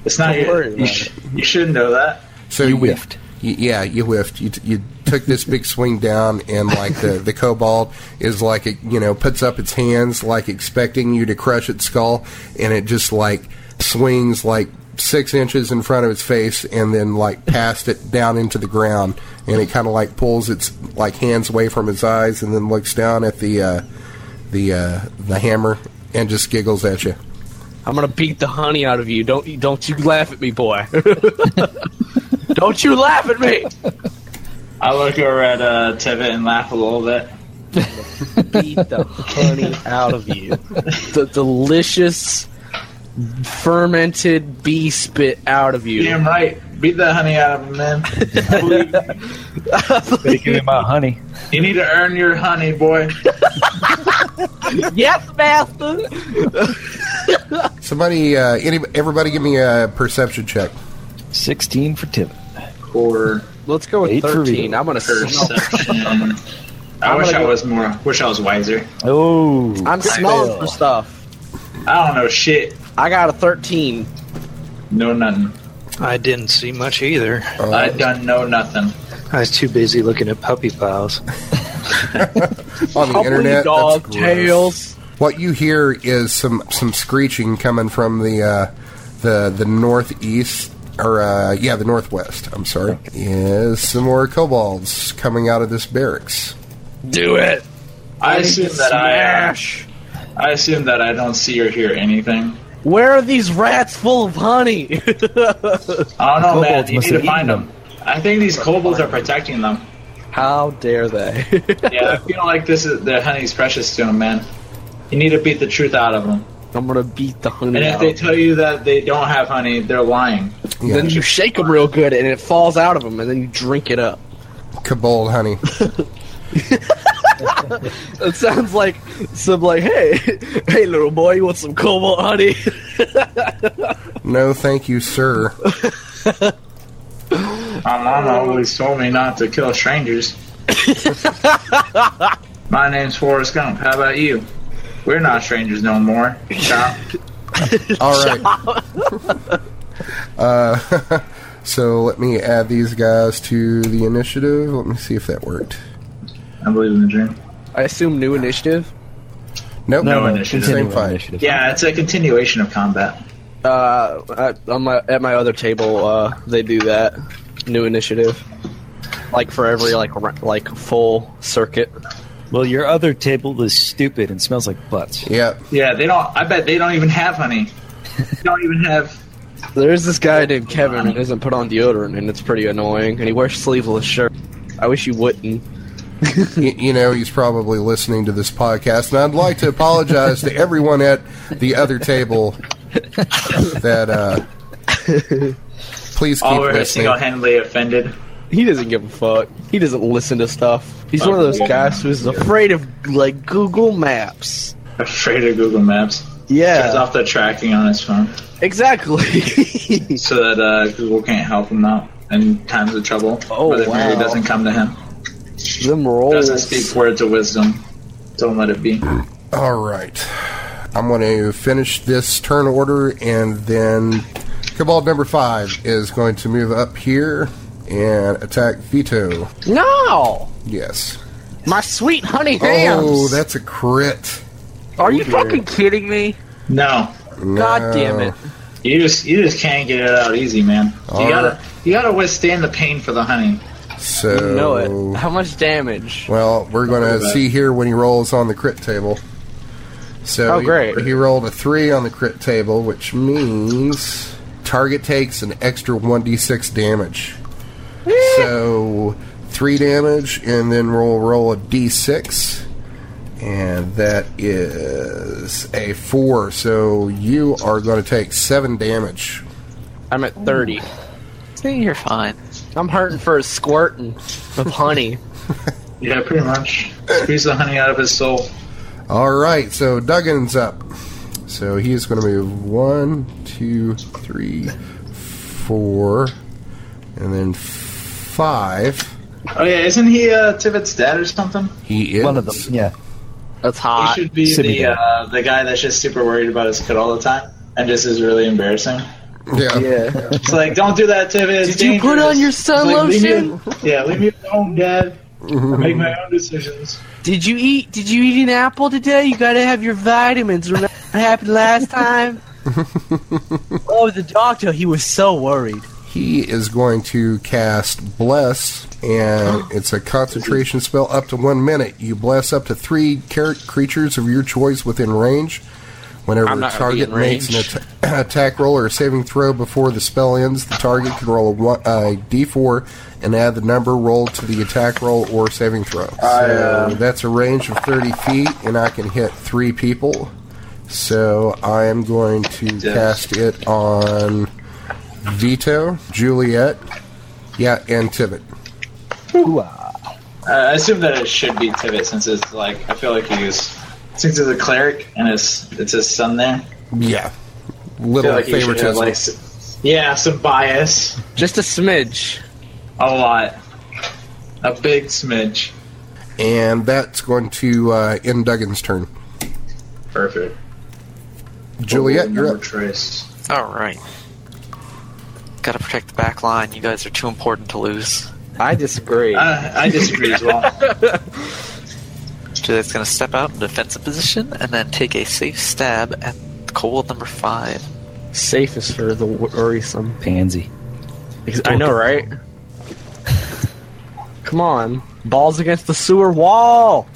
[SPEAKER 4] It's not
[SPEAKER 7] Don't
[SPEAKER 4] your.
[SPEAKER 7] worry
[SPEAKER 4] you,
[SPEAKER 7] about
[SPEAKER 4] sh- you should know that.
[SPEAKER 1] So you whiffed. yeah, you whiffed. You, t- you took this big swing down, and like the the cobalt is like it, you know, puts up its hands like expecting you to crush its skull, and it just like swings like six inches in front of its face, and then like past it down into the ground, and it kind of like pulls its like hands away from its eyes, and then looks down at the uh, the uh, the hammer and just giggles at you.
[SPEAKER 7] I'm gonna beat the honey out of you. Don't you don't you laugh at me, boy. don't you laugh at me.
[SPEAKER 4] I look over at uh, Tevin and laugh a little bit.
[SPEAKER 7] Beat the honey out of you. The delicious fermented bee spit out of you.
[SPEAKER 4] Damn right. Beat that honey out of him, man. I believe you.
[SPEAKER 3] Give me my honey.
[SPEAKER 4] you need to earn your honey, boy.
[SPEAKER 7] Yes, master.
[SPEAKER 1] Somebody, uh, any, everybody, give me a perception check.
[SPEAKER 3] 16 for Tim.
[SPEAKER 4] Or
[SPEAKER 7] Let's go with
[SPEAKER 3] Eight for
[SPEAKER 7] thirteen.
[SPEAKER 3] me.
[SPEAKER 7] I'm gonna smell.
[SPEAKER 4] perception. I wish
[SPEAKER 7] gonna
[SPEAKER 4] I
[SPEAKER 7] go-
[SPEAKER 4] was more. Wish I was wiser.
[SPEAKER 3] Oh.
[SPEAKER 7] I'm smelling for stuff.
[SPEAKER 4] I don't know shit.
[SPEAKER 7] I got a thirteen.
[SPEAKER 4] Know nothing.
[SPEAKER 5] I didn't see much either.
[SPEAKER 3] Uh,
[SPEAKER 4] I done know nothing.
[SPEAKER 5] I was too busy looking at puppy piles.
[SPEAKER 1] On the internet,
[SPEAKER 7] dog
[SPEAKER 1] that's gross.
[SPEAKER 7] tails.
[SPEAKER 1] What you hear is some some screeching coming from the uh, the the northeast or uh, yeah the northwest. I'm sorry. Is some more kobolds coming out of this barracks.
[SPEAKER 6] Do it.
[SPEAKER 4] I assume that I. uh, I assume that I don't see or hear anything.
[SPEAKER 7] Where are these rats full of honey?
[SPEAKER 4] I don't know, man.
[SPEAKER 3] Kobolds
[SPEAKER 4] You
[SPEAKER 3] must have
[SPEAKER 4] need to
[SPEAKER 3] eaten
[SPEAKER 4] find them. I think these kobolds are protecting them.
[SPEAKER 7] How dare they?
[SPEAKER 4] Yeah, I feel like this is the honey's precious to them, man. You need to beat the truth out of them.
[SPEAKER 7] I'm gonna beat the honey
[SPEAKER 4] And if
[SPEAKER 7] out.
[SPEAKER 4] they tell you that they don't have honey, they're lying.
[SPEAKER 1] Yeah,
[SPEAKER 7] then you shake them real good, and it falls out of them, and then you drink it up.
[SPEAKER 1] kobold honey.
[SPEAKER 7] It sounds like some like, hey, hey, little boy, you want some cobalt honey?
[SPEAKER 1] No, thank you, sir.
[SPEAKER 4] My mom always told me not to kill strangers. My name's Forrest Gump. How about you? We're not strangers no more. Chop.
[SPEAKER 1] All right. uh, so let me add these guys to the initiative. Let me see if that worked.
[SPEAKER 4] I believe in the dream.
[SPEAKER 7] I assume new initiative.
[SPEAKER 1] Nope.
[SPEAKER 4] No initiative.
[SPEAKER 1] Same
[SPEAKER 3] Continue on
[SPEAKER 1] fight.
[SPEAKER 3] initiative.
[SPEAKER 4] Yeah, it's a continuation of combat.
[SPEAKER 7] Uh, at, on my at my other table, uh, they do that new initiative, like for every like ra- like full circuit.
[SPEAKER 3] Well, your other table is stupid and smells like butts.
[SPEAKER 1] Yep.
[SPEAKER 4] Yeah, they don't. I bet they don't even have honey. They don't even have.
[SPEAKER 7] There's this guy named Kevin who doesn't put on deodorant, and it's pretty annoying. And he wears sleeveless shirt. I wish you wouldn't.
[SPEAKER 1] Y- you know, he's probably listening to this podcast, and I'd like to apologize to everyone at the other table that uh, please keep
[SPEAKER 4] All oh, we're
[SPEAKER 1] listening.
[SPEAKER 4] single-handedly offended.
[SPEAKER 7] He doesn't give a fuck. He doesn't listen to stuff. He's one of those
[SPEAKER 4] Fuck
[SPEAKER 7] guys who's afraid of like Google Maps.
[SPEAKER 4] Afraid of Google Maps. Turns
[SPEAKER 7] Yeah,
[SPEAKER 4] off the tracking on his phone
[SPEAKER 7] exactly.
[SPEAKER 4] so that uh, Google can't help him out in times of trouble.
[SPEAKER 7] Oh,
[SPEAKER 4] Mother Mary
[SPEAKER 7] wow.
[SPEAKER 4] doesn't come to him.
[SPEAKER 7] Them rolls.
[SPEAKER 4] Doesn't speak words of wisdom. Don't let it be.
[SPEAKER 1] All right, I'm going to finish this turn order, and then Cabal number five is going to move up here and attack Vito.
[SPEAKER 7] No,
[SPEAKER 1] Yes.
[SPEAKER 7] my sweet honey hams.
[SPEAKER 1] Oh, that's a crit.
[SPEAKER 7] Are you fucking kidding me?
[SPEAKER 4] No,
[SPEAKER 7] God damn it!
[SPEAKER 4] you just you just can't get it out easy, man.
[SPEAKER 1] All
[SPEAKER 4] you gotta
[SPEAKER 1] right.
[SPEAKER 4] you gotta withstand the pain for the honey.
[SPEAKER 1] So
[SPEAKER 7] You know it. How much damage?
[SPEAKER 1] Well, we're going to
[SPEAKER 4] bad.
[SPEAKER 1] see here when he rolls on the crit table. So
[SPEAKER 7] Oh,
[SPEAKER 1] he-
[SPEAKER 7] great.
[SPEAKER 1] He, rolled a 3 on the crit table, which means target takes an extra 1d6 damage. so 3 damage, and then we'll roll a d6. And that is a 4. So you are going to take 7 damage.
[SPEAKER 7] I'm at 30.
[SPEAKER 6] See, you're fine.
[SPEAKER 7] I'm hurting for a squirtin' of honey.
[SPEAKER 4] Yeah, pretty much. Squeeze the honey out of his soul.
[SPEAKER 1] All right, so Duggan's up. So he is going to move one, two, three, four, and then five.
[SPEAKER 4] Oh yeah, isn't he uh, Tibbet's dad or something?
[SPEAKER 1] He is
[SPEAKER 3] One of them, yeah.
[SPEAKER 7] That's
[SPEAKER 4] He
[SPEAKER 7] hot.
[SPEAKER 4] should be
[SPEAKER 3] should be
[SPEAKER 4] the
[SPEAKER 3] dad.
[SPEAKER 4] uh, the guy that's just super worried about his kid all the time and just is really embarrassing.
[SPEAKER 1] Yeah.
[SPEAKER 7] Yeah.
[SPEAKER 4] It's like, don't do that, Tibbet. Did
[SPEAKER 7] you put on your sun
[SPEAKER 4] yeah, leave me alone, Dad. I make my own decisions.
[SPEAKER 7] Did you eat? Did you eat an apple today? You gotta have your vitamins. Remember what happened last time? oh, the doctor. He was so worried.
[SPEAKER 1] He is going to cast Bless, and it's a concentration spell up to one minute. You bless up to three char- creatures of your choice within range. Whenever
[SPEAKER 7] I'm
[SPEAKER 1] a
[SPEAKER 7] not gonna be
[SPEAKER 1] target
[SPEAKER 7] in
[SPEAKER 1] makes an
[SPEAKER 7] range.
[SPEAKER 1] atta- attack roll or a saving throw before the spell ends, the target can roll a one, uh, d4 and add the number rolled to the attack roll or saving throw. so that's a range of 30 feet, and I can hit three people. So I am going to cast it on Vito, Juliet, yeah, and Tibbet.
[SPEAKER 4] Uh, I assume that it should be Tibbet since it's like I feel like he's since he's a cleric and it's it's his son there.
[SPEAKER 1] Yeah.
[SPEAKER 4] I feel
[SPEAKER 1] Little
[SPEAKER 4] like he should have
[SPEAKER 1] favoritism.
[SPEAKER 4] like s- yeah, some bias,
[SPEAKER 7] Just a smidge.
[SPEAKER 4] a lot, a big smidge.
[SPEAKER 1] and that's going to uh, end Duggan's turn.
[SPEAKER 4] Perfect.
[SPEAKER 1] Juliet,
[SPEAKER 4] Ooh,
[SPEAKER 1] you're
[SPEAKER 4] number
[SPEAKER 1] up.
[SPEAKER 4] trace.
[SPEAKER 6] All right. Gotta protect the back line. You guys are too important to lose.
[SPEAKER 7] I disagree.
[SPEAKER 4] I, I disagree as well.
[SPEAKER 6] Juliet's gonna step out in defensive position and then take a safe stab at Cobalt number five.
[SPEAKER 7] Safest for the worrisome.
[SPEAKER 3] Pansy.
[SPEAKER 7] I know, right? Come on. Balls against the sewer wall.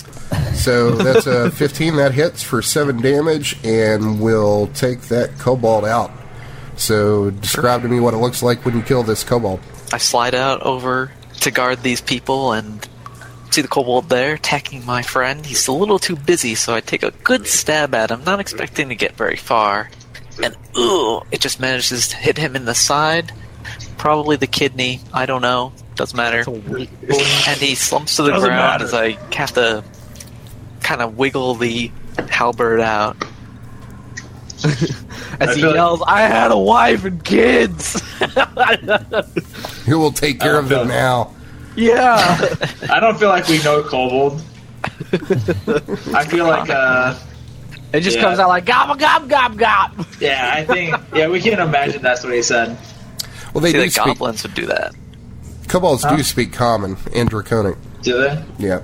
[SPEAKER 1] So that's a 15 that hits for 7 damage and will take that cobalt out. So describe to me what it looks like when you kill this cobalt.
[SPEAKER 6] I slide out over to guard these people and see the kobold there attacking my friend. He's a little too busy, so I take a good stab at him, not expecting to get very far. And ooh, it just manages to hit him in the side, probably the kidney. I don't know. Doesn't matter. And he slumps to the
[SPEAKER 4] Doesn't
[SPEAKER 6] ground
[SPEAKER 4] matter.
[SPEAKER 6] as I have to kind of wiggle the halberd out.
[SPEAKER 7] As he
[SPEAKER 4] feel-
[SPEAKER 7] yells, I had a wife and kids.
[SPEAKER 1] Who will take
[SPEAKER 4] Oh,
[SPEAKER 1] care of them now?
[SPEAKER 7] yeah.
[SPEAKER 4] I don't feel like we know Kobold. I feel like, uh,
[SPEAKER 7] It just
[SPEAKER 4] Yeah.
[SPEAKER 7] comes out like, gob, gob, gob, gob.
[SPEAKER 4] yeah, I think, yeah, we can imagine that's what he said.
[SPEAKER 1] Well, they
[SPEAKER 6] See,
[SPEAKER 1] do
[SPEAKER 6] the
[SPEAKER 1] speak.
[SPEAKER 6] goblins would do that.
[SPEAKER 1] Kobolds do speak common and draconic.
[SPEAKER 4] Do they?
[SPEAKER 1] Yeah.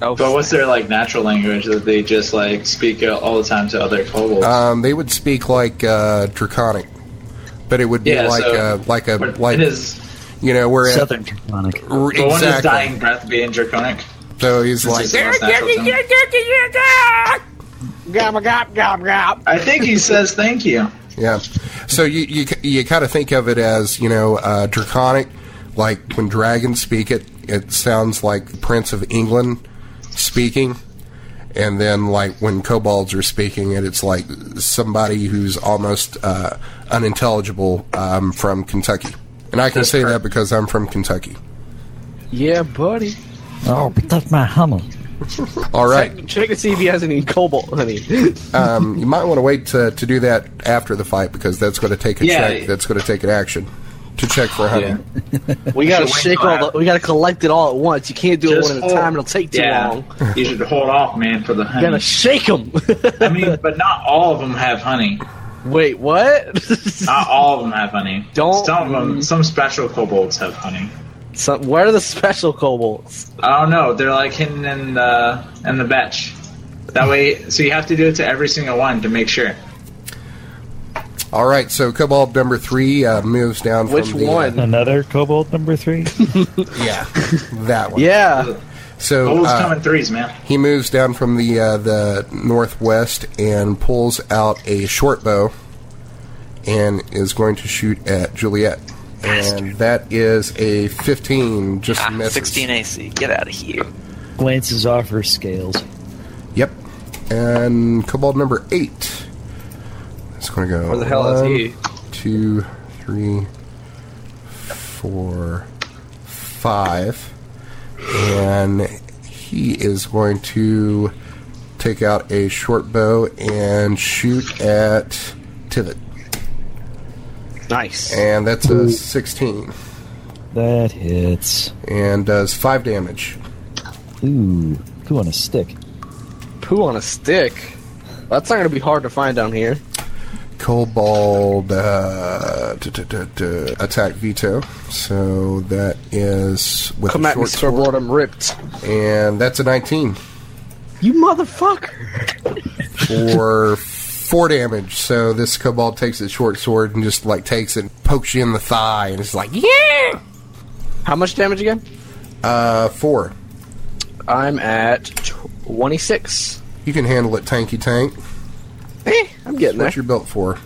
[SPEAKER 7] Oh,
[SPEAKER 4] But what's their, like, natural language that they just, like, speak all the time to other kobolds?
[SPEAKER 1] Um, they would speak like uh, draconic, but it would be
[SPEAKER 4] Yeah,
[SPEAKER 1] like
[SPEAKER 4] so-
[SPEAKER 1] a like a
[SPEAKER 4] Would-
[SPEAKER 1] like
[SPEAKER 4] it is,
[SPEAKER 1] you know where
[SPEAKER 3] Southern Draconic.
[SPEAKER 1] r-
[SPEAKER 4] but when is
[SPEAKER 1] exactly.
[SPEAKER 4] dying breath being draconic?
[SPEAKER 1] So he's
[SPEAKER 4] Since
[SPEAKER 1] like
[SPEAKER 4] it's the most natural thing.
[SPEAKER 7] gob, gob, gob, gob.
[SPEAKER 4] I think he says thank you.
[SPEAKER 1] Yeah. So you you, you kind of think of it as you know uh, draconic, like when dragons speak it, it sounds like the Prince of England speaking, and then like when kobolds are speaking it, it's like somebody who's almost uh, unintelligible um, from Kentucky. And I can say that because I'm from Kentucky.
[SPEAKER 7] Yeah, buddy.
[SPEAKER 3] Oh, but that's my hammer.
[SPEAKER 1] All right,
[SPEAKER 7] Check to see if he has any cobalt honey.
[SPEAKER 1] um, you might want to wait to, to do that after the fight because that's going to take a
[SPEAKER 4] Yeah.
[SPEAKER 1] check. That's going to take an action to check for honey.
[SPEAKER 7] We gotta
[SPEAKER 4] Should we
[SPEAKER 7] shake
[SPEAKER 4] grab-
[SPEAKER 7] all the. We gotta collect it all at once. You can't do it one at a
[SPEAKER 4] hold-
[SPEAKER 7] time. It'll take too
[SPEAKER 4] yeah,
[SPEAKER 7] long.
[SPEAKER 4] You should hold off, man, for the
[SPEAKER 7] You gotta
[SPEAKER 4] honey.
[SPEAKER 7] shake them.
[SPEAKER 4] I mean, but not all of them have honey.
[SPEAKER 7] Wait, what?
[SPEAKER 4] Not all of them have honey.
[SPEAKER 7] Don't-
[SPEAKER 4] Some of them, some special kobolds have honey.
[SPEAKER 7] Some, where are the special kobolds?
[SPEAKER 4] I don't know. They're like hidden in the in the batch. That way, so you have to do it to every single one to make sure.
[SPEAKER 1] All right, so Cobalt number three uh, moves down. From
[SPEAKER 7] Which
[SPEAKER 1] the, uh,
[SPEAKER 7] one?
[SPEAKER 3] Another Cobalt number three?
[SPEAKER 1] yeah, that one.
[SPEAKER 7] Yeah.
[SPEAKER 1] So
[SPEAKER 4] Gold's
[SPEAKER 1] uh,
[SPEAKER 4] come in threes, man.
[SPEAKER 1] he moves down from the uh, the northwest and pulls out a short bow, and is going to shoot at Juliet. And that is a fifteen, just
[SPEAKER 6] Ah,
[SPEAKER 1] misses.
[SPEAKER 6] 16 AC. Get out of here.
[SPEAKER 3] Glances off her scales.
[SPEAKER 1] Yep. And Cobalt number eight. It's going to go.
[SPEAKER 7] Where the hell is
[SPEAKER 1] one,
[SPEAKER 7] he?
[SPEAKER 1] Two, three, four, five. And he is going to take out a short bow and shoot at Tivit.
[SPEAKER 7] Nice.
[SPEAKER 1] And that's a 16.
[SPEAKER 3] That hits.
[SPEAKER 1] And does 5 damage.
[SPEAKER 3] Ooh, poo on a stick.
[SPEAKER 7] Poo on a stick. That's not gonna be hard to find down here.
[SPEAKER 1] Kobold uh, duh, duh, duh, duh, attack veto. So that is with
[SPEAKER 7] Come
[SPEAKER 1] a
[SPEAKER 7] at me,
[SPEAKER 1] short
[SPEAKER 7] sword. I'm ripped.
[SPEAKER 1] and that's a 19
[SPEAKER 7] You motherfucker.
[SPEAKER 1] for four damage. So this kobold takes his short sword and just like takes it, and pokes you in the thigh, and it's like yeah,
[SPEAKER 7] How much damage again?
[SPEAKER 1] uh, four.
[SPEAKER 7] I'm at 26.
[SPEAKER 1] You can handle it, tanky tank.
[SPEAKER 7] Eh, I'm getting there.
[SPEAKER 1] What you're built for.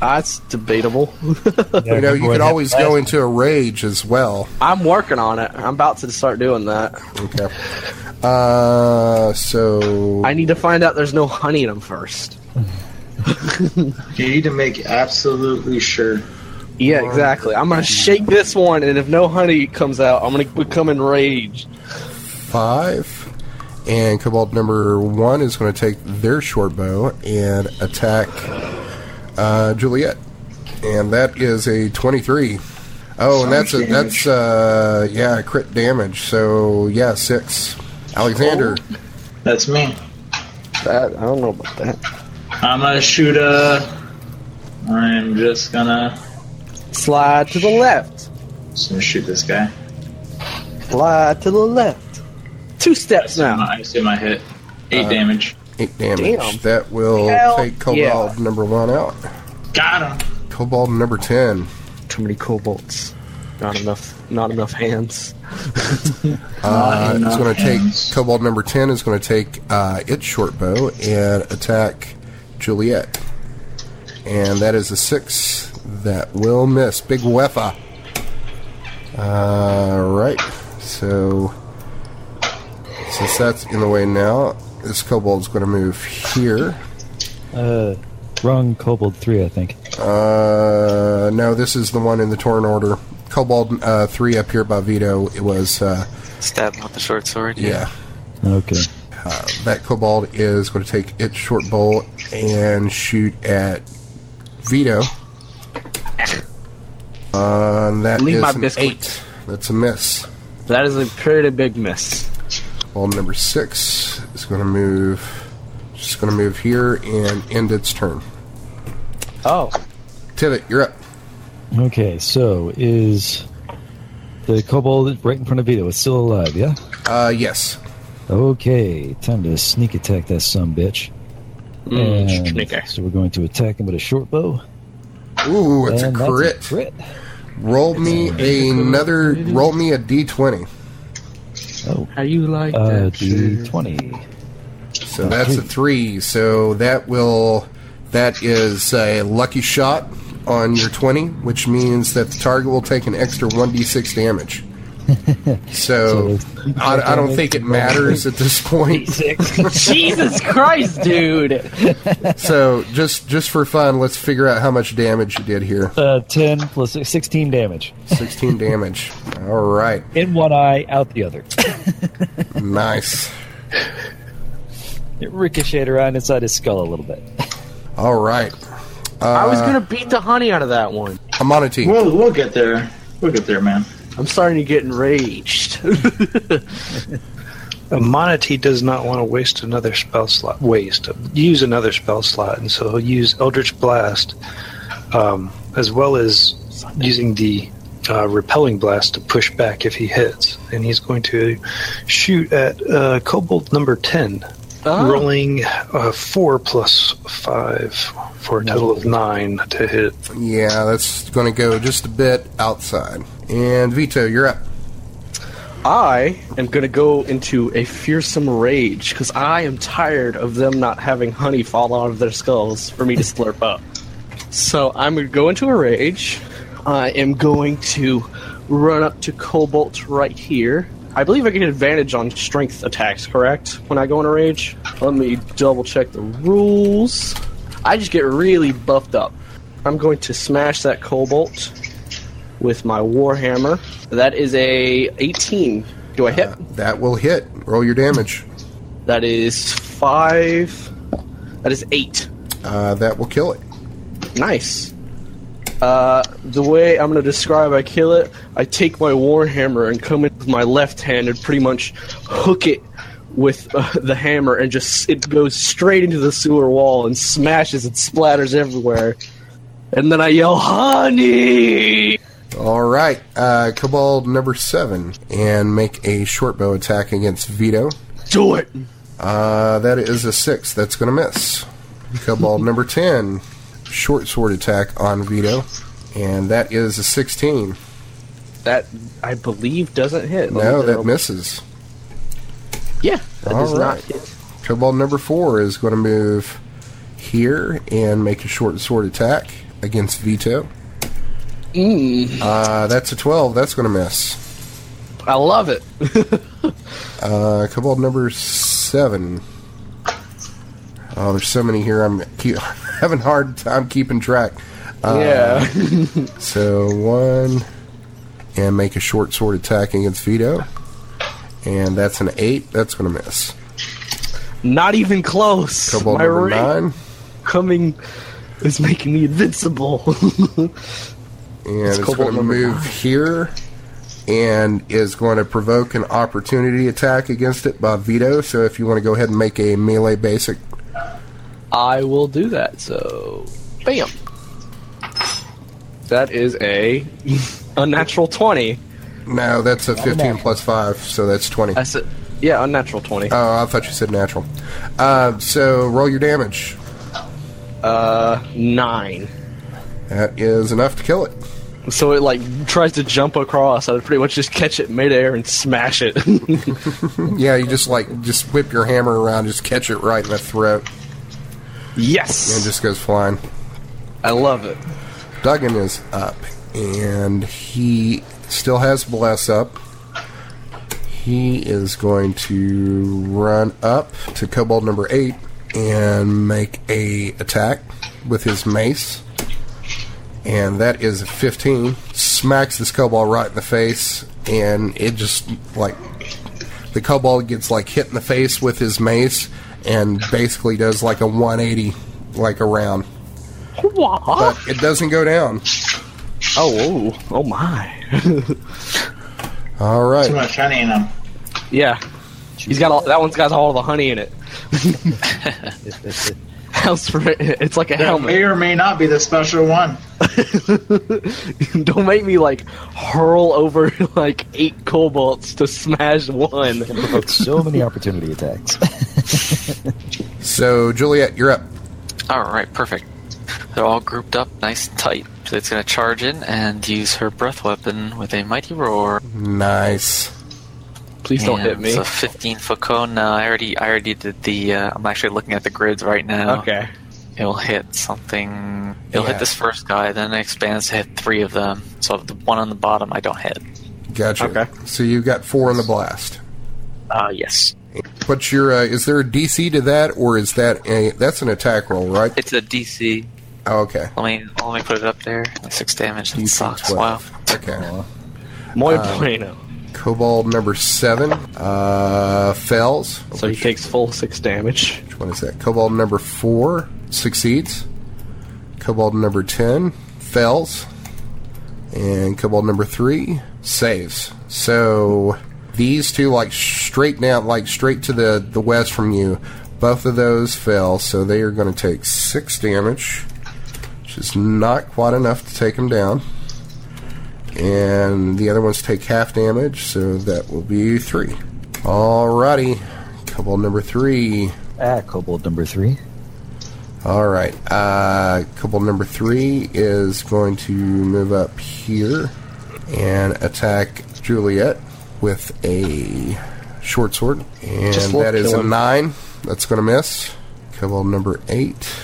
[SPEAKER 7] That's debatable.
[SPEAKER 1] You know, you could always go into a rage as well.
[SPEAKER 7] I'm working on it. I'm about to start doing that.
[SPEAKER 1] Okay. Uh, so
[SPEAKER 7] I need to find out there's no honey in them first.
[SPEAKER 4] You need to make absolutely sure.
[SPEAKER 7] Yeah, exactly. I'm gonna shake this one, and if no honey comes out, I'm gonna become enraged.
[SPEAKER 1] five. And Cobalt number one is going to take their short bow and attack uh, Juliet, and that is a twenty-three. Oh, and that's a, that's uh, yeah crit damage. So yeah, six. Alexander,
[SPEAKER 7] Oh.
[SPEAKER 4] That's me.
[SPEAKER 7] That I don't know about that.
[SPEAKER 4] I'm gonna shoot a. I'm just gonna,
[SPEAKER 7] Slide to the left.
[SPEAKER 4] just gonna shoot this guy.
[SPEAKER 7] Slide to the left. Two steps now.
[SPEAKER 4] I assume I hit eight damage.
[SPEAKER 1] eight damage.
[SPEAKER 7] Damn.
[SPEAKER 1] That will
[SPEAKER 7] Hell
[SPEAKER 1] take Cobalt
[SPEAKER 7] yeah.
[SPEAKER 1] number one out.
[SPEAKER 4] Got him.
[SPEAKER 1] Cobalt number ten.
[SPEAKER 7] Too many cobalts. Not enough. Not enough hands.
[SPEAKER 1] Uh,
[SPEAKER 4] Not
[SPEAKER 1] it's
[SPEAKER 4] enough
[SPEAKER 1] going to take
[SPEAKER 4] hands.
[SPEAKER 1] Cobalt number ten is going to take uh, its short bow and attack Juliet, and that is a six that will miss. Big Wefa. Uh, right. So since that's in the way now, this Cobalt's going to move here.
[SPEAKER 3] Uh, wrong kobold three, I think.
[SPEAKER 1] Uh, no, this is the one in the torn order. Cobalt uh, three up here by Vito. It was uh,
[SPEAKER 6] Stab him with the short sword.
[SPEAKER 1] yeah.
[SPEAKER 3] Okay.
[SPEAKER 1] That kobold is going to take its short bow and shoot at Vito. Uh, and that
[SPEAKER 7] Leave
[SPEAKER 1] is
[SPEAKER 7] my
[SPEAKER 1] an
[SPEAKER 7] biscuit.
[SPEAKER 1] eight. That's a miss.
[SPEAKER 7] That is a pretty big miss.
[SPEAKER 1] Ball number six is going to move. Just going to move here and end its turn.
[SPEAKER 7] Oh,
[SPEAKER 1] Tivit, you're up.
[SPEAKER 3] Okay, so is the kobold right in front of Vito? It's still alive, yeah?
[SPEAKER 1] Uh, yes.
[SPEAKER 3] Okay, time to sneak attack that some bitch.
[SPEAKER 7] Mm, sneaker.
[SPEAKER 3] so we're going to attack him with a short bow.
[SPEAKER 1] Ooh, it's a
[SPEAKER 3] and that's
[SPEAKER 1] crit. Roll me another. Roll me a d20.
[SPEAKER 3] Oh,
[SPEAKER 7] how you like
[SPEAKER 3] uh,
[SPEAKER 7] that?
[SPEAKER 3] D
[SPEAKER 7] shit?
[SPEAKER 3] twenty.
[SPEAKER 1] So that's a three. So that will that is a lucky shot on your twenty, which means that the target will take an extra one d six damage. So I, I don't think it matters at this point.
[SPEAKER 7] Jesus Christ, dude!
[SPEAKER 1] So just just for fun, let's figure out how much damage you did here.
[SPEAKER 3] Uh, ten plus six- sixteen damage
[SPEAKER 1] Sixteen damage. All right,
[SPEAKER 3] in one eye, out the other.
[SPEAKER 1] nice.
[SPEAKER 3] it ricocheted around inside his skull a little bit.
[SPEAKER 1] All right,
[SPEAKER 7] I was gonna beat the honey out of that one.
[SPEAKER 1] Amonity.
[SPEAKER 4] We'll we'll get there. We'll get there, man.
[SPEAKER 7] I'm starting to get enraged.
[SPEAKER 5] A Monity does not want to waste another spell slot. Waste. Use another spell slot, and so he'll use Eldritch Blast, um, as well as using the uh, Repelling Blast to push back if he hits. And he's going to shoot at uh, Cobalt number 10, rolling uh, 4 plus 5 for a total of 9 to hit.
[SPEAKER 1] Yeah, that's going to go just a bit outside. And Vito, you're up.
[SPEAKER 7] I am gonna go into a fearsome rage because I am tired of them not having honey fall out of their skulls for me to slurp up. So I'm gonna go into a rage. I am going to run up to Cobalt right here. I believe I get advantage on strength attacks, correct? When I go in a rage? Let me double check the rules. I just get really buffed up. I'm going to smash that cobalt with my warhammer. That is a 18. Do I hit?
[SPEAKER 1] That will hit. Roll your damage.
[SPEAKER 7] That is five. That is eight.
[SPEAKER 1] Uh, that will kill it.
[SPEAKER 7] Nice. Uh, the way I'm going to describe I kill it, I take my warhammer and come in with my left hand and pretty much hook it with uh, the hammer and just it goes straight into the sewer wall and smashes and splatters everywhere. And then I yell, "Honey!"
[SPEAKER 1] All right, uh, Cabal number seven, and make a short bow attack against Vito.
[SPEAKER 7] Do it.
[SPEAKER 1] Uh, that is a six. That's going to miss. Cabal number ten, short sword attack on Vito, and that is a sixteen.
[SPEAKER 7] That I believe doesn't hit. Let me
[SPEAKER 1] No, that
[SPEAKER 7] double-
[SPEAKER 1] misses.
[SPEAKER 7] Yeah, that does
[SPEAKER 1] All
[SPEAKER 7] not
[SPEAKER 1] right.
[SPEAKER 7] hit.
[SPEAKER 1] Cobalt number four is going to move here and make a short sword attack against Vito. Uh, that's a 12. That's going to miss.
[SPEAKER 7] I love it.
[SPEAKER 1] Uh, Cobalt number seven. Oh, there's so many here. I'm keep, having a hard time keeping track. Uh,
[SPEAKER 7] yeah.
[SPEAKER 1] So one, and make a short sword attack against Vito. And that's an eight. That's going to miss.
[SPEAKER 7] Not even close.
[SPEAKER 1] Cobalt
[SPEAKER 7] My
[SPEAKER 1] number
[SPEAKER 7] ring
[SPEAKER 1] nine.
[SPEAKER 7] coming is making me invincible.
[SPEAKER 1] and it's,
[SPEAKER 7] cobalt
[SPEAKER 1] going to
[SPEAKER 7] number
[SPEAKER 1] move here and is going to provoke an opportunity attack against it by Vito. So if you want to go ahead and make a melee basic,
[SPEAKER 7] I will do that. So, bam. That is a unnatural twenty.
[SPEAKER 1] no, that's a 15 plus 5, so that's 20.
[SPEAKER 7] I said, yeah, unnatural twenty.
[SPEAKER 1] Oh, I thought you said natural. Uh, so roll your damage.
[SPEAKER 7] Uh, nine.
[SPEAKER 1] That is enough to kill it.
[SPEAKER 7] So it like tries to jump across. I pretty much just catch it midair and smash it.
[SPEAKER 1] Yeah, you just like just whip your hammer around, just catch it right in the throat,
[SPEAKER 7] yes,
[SPEAKER 1] and just goes flying.
[SPEAKER 7] I love it.
[SPEAKER 1] Duggan is up, and he still has Bless up. He is going to run up to Kobold number eight and make a attack with his mace, and that is a fifteen. Smacks this Kobold right in the face, and it just like the Kobold gets like hit in the face with his mace, and basically does like a one eighty, like around, but it doesn't go down.
[SPEAKER 7] Oh, oh, oh my.
[SPEAKER 1] All
[SPEAKER 4] Too
[SPEAKER 1] right.
[SPEAKER 4] much honey in them.
[SPEAKER 7] Yeah. He's got all, that one's got all the honey in it. House for it's like a
[SPEAKER 4] There may
[SPEAKER 7] helmet.
[SPEAKER 4] or may not be the special one.
[SPEAKER 7] Don't make me like hurl over like eight cobalts to smash one.
[SPEAKER 3] Provoked so many opportunity attacks.
[SPEAKER 1] So, Juliet, you're up.
[SPEAKER 6] All right, perfect. They're all grouped up, nice and tight. So it's gonna charge in and use her breath weapon with a mighty roar.
[SPEAKER 1] Nice.
[SPEAKER 7] Please don't
[SPEAKER 6] And
[SPEAKER 7] hit me.
[SPEAKER 6] It's a 15 foot cone. No, I already, I already did the. Uh, I'm actually looking at the grids right now.
[SPEAKER 7] Okay.
[SPEAKER 6] It'll hit something. It'll
[SPEAKER 1] Yeah.
[SPEAKER 6] hit this first guy, then it expands to hit three of them. So the one on the bottom, I don't hit.
[SPEAKER 1] Gotcha.
[SPEAKER 7] Okay.
[SPEAKER 1] So you've got four in the blast.
[SPEAKER 7] Ah,
[SPEAKER 6] Uh, yes.
[SPEAKER 1] What's your? Uh, is there a DC to that, or is that a? That's an attack roll, right?
[SPEAKER 6] It's a DC.
[SPEAKER 1] Oh, okay.
[SPEAKER 6] Let me let me put it up there. Six damage. That
[SPEAKER 1] DC
[SPEAKER 6] sucks.
[SPEAKER 1] 12.
[SPEAKER 6] Wow.
[SPEAKER 7] Uh-huh.
[SPEAKER 1] Okay.
[SPEAKER 7] Muy bueno.
[SPEAKER 1] Cobalt number seven uh, fails.
[SPEAKER 7] So he takes full six damage.
[SPEAKER 1] Which one is that? Cobalt number four succeeds. Cobalt number ten fails. And Cobalt number three saves. So these two like straight down like straight to the, the west from you. Both of those fail, so they are gonna take six damage. Which is not quite enough to take them down. And the other ones take half damage, so that will be three. Alrighty. Cobalt number three
[SPEAKER 3] ah, kobold number three.
[SPEAKER 1] all right. Uh, couple number three is going to move up here and attack Juliet with a short sword, and
[SPEAKER 7] Just
[SPEAKER 1] that is
[SPEAKER 7] kill
[SPEAKER 1] a
[SPEAKER 7] him.
[SPEAKER 1] nine. That's going to miss. Couple number eight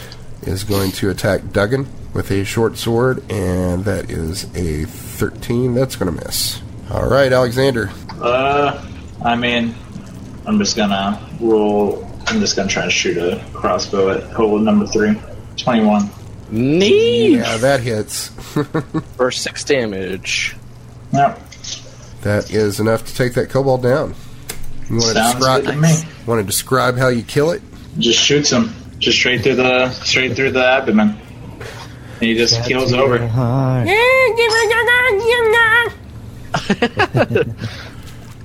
[SPEAKER 1] is going to attack Duggan with a short sword, and that is a thirteen. That's going to miss. All right, Alexander.
[SPEAKER 4] Uh, I mean, I'm just gonna roll. I'm just gonna try and shoot a crossbow at hole number three. 21.
[SPEAKER 7] Neat!
[SPEAKER 1] Yeah, that hits.
[SPEAKER 7] For six damage.
[SPEAKER 4] No.
[SPEAKER 1] That is enough to take that kobold down. You want to
[SPEAKER 4] Sounds
[SPEAKER 1] describe?
[SPEAKER 4] good to me.
[SPEAKER 1] Want to describe how you kill it?
[SPEAKER 4] Just shoots him. Just straight through the straight through the abdomen. And he just keels over.
[SPEAKER 3] Hi.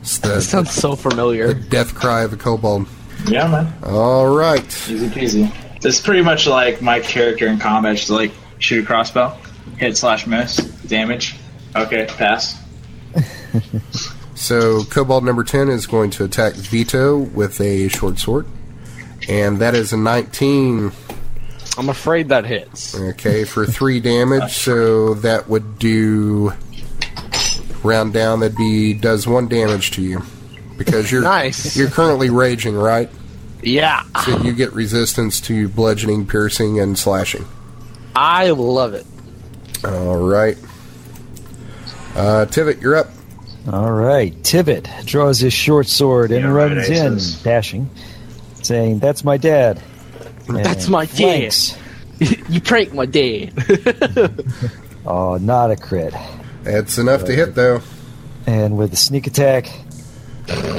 [SPEAKER 1] It's the
[SPEAKER 7] Sounds so familiar.
[SPEAKER 1] death cry of a kobold.
[SPEAKER 4] Yeah, man.
[SPEAKER 1] All right.
[SPEAKER 4] Easy peasy. It's pretty much like my character in combat. Just like shoot a crossbow, hit slash miss, damage. Okay, pass.
[SPEAKER 1] So kobold number ten is going to attack Vito with a short sword, and that is a nineteen.
[SPEAKER 7] I'm afraid that hits.
[SPEAKER 1] Okay, for three damage. So that would do round down. That'd be does one damage to you because you're
[SPEAKER 7] Nice.
[SPEAKER 1] You're currently raging, right?
[SPEAKER 7] Yeah,
[SPEAKER 1] So you get resistance to bludgeoning, piercing, and slashing.
[SPEAKER 7] I love it.
[SPEAKER 1] All right. Uh, Tivit, you're up.
[SPEAKER 3] All right. Tibbet draws his short sword and
[SPEAKER 4] Yeah, right,
[SPEAKER 3] runs in,
[SPEAKER 4] aces.
[SPEAKER 3] dashing, saying, That's my dad.
[SPEAKER 7] That's my dad. You prank my dad.
[SPEAKER 3] Oh, not a crit.
[SPEAKER 1] It's enough to hit, though.
[SPEAKER 3] And with a sneak attack,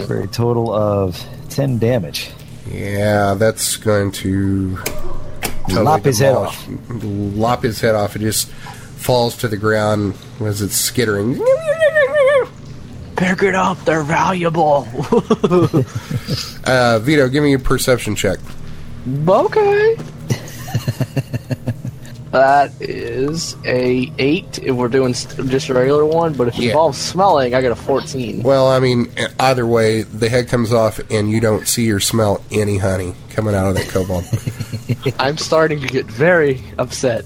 [SPEAKER 3] for a total of 10 damage.
[SPEAKER 1] Yeah, that's going to totally
[SPEAKER 3] Lop his head
[SPEAKER 1] demolish- Lop his head off. It just falls to the ground as it's skittering.
[SPEAKER 7] Pick it up, they're valuable.
[SPEAKER 1] Uh, Vito, give me a perception check.
[SPEAKER 7] okay. that is a eight. If we're doing st- just a regular one, but if it
[SPEAKER 1] Yeah.
[SPEAKER 7] involves smelling, I got a fourteen.
[SPEAKER 1] Well, I mean, either way, the head comes off, and you don't see or smell any honey coming out of that kobold.
[SPEAKER 7] I'm starting to get very upset.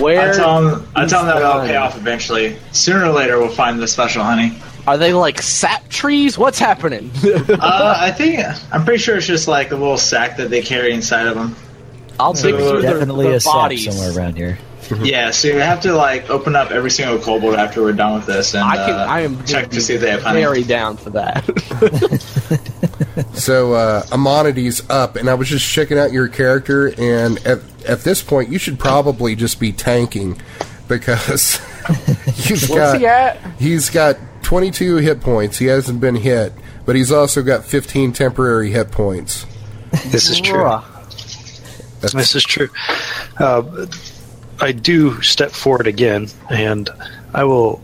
[SPEAKER 7] Where
[SPEAKER 4] I tell him. I tell him that will pay off eventually. Sooner or later, we'll find the special honey.
[SPEAKER 7] are they? Like sap trees? What's happening?
[SPEAKER 4] Uh, I think I'm pretty sure it's just like a little sack that they carry inside of them.
[SPEAKER 7] I'll dig through their,
[SPEAKER 3] Definitely
[SPEAKER 7] their
[SPEAKER 3] a sack
[SPEAKER 7] bodies.
[SPEAKER 3] somewhere around here.
[SPEAKER 5] Mm-hmm.
[SPEAKER 4] Yeah, so you have to like open up every single kobold after we're done with this, and
[SPEAKER 7] I can.
[SPEAKER 4] uh,
[SPEAKER 7] I am
[SPEAKER 4] check to see if they have honey.
[SPEAKER 7] very down for that.
[SPEAKER 1] So uh, Amonides up, and I was just checking out your character, and at, at this point, you should probably just be tanking because he's got
[SPEAKER 7] he at?
[SPEAKER 1] has got 22 hit points. He hasn't been hit, but he's also got 15 temporary hit points.
[SPEAKER 5] This is true.
[SPEAKER 7] Bruh.
[SPEAKER 5] This is true. Uh, I do step forward again, and I will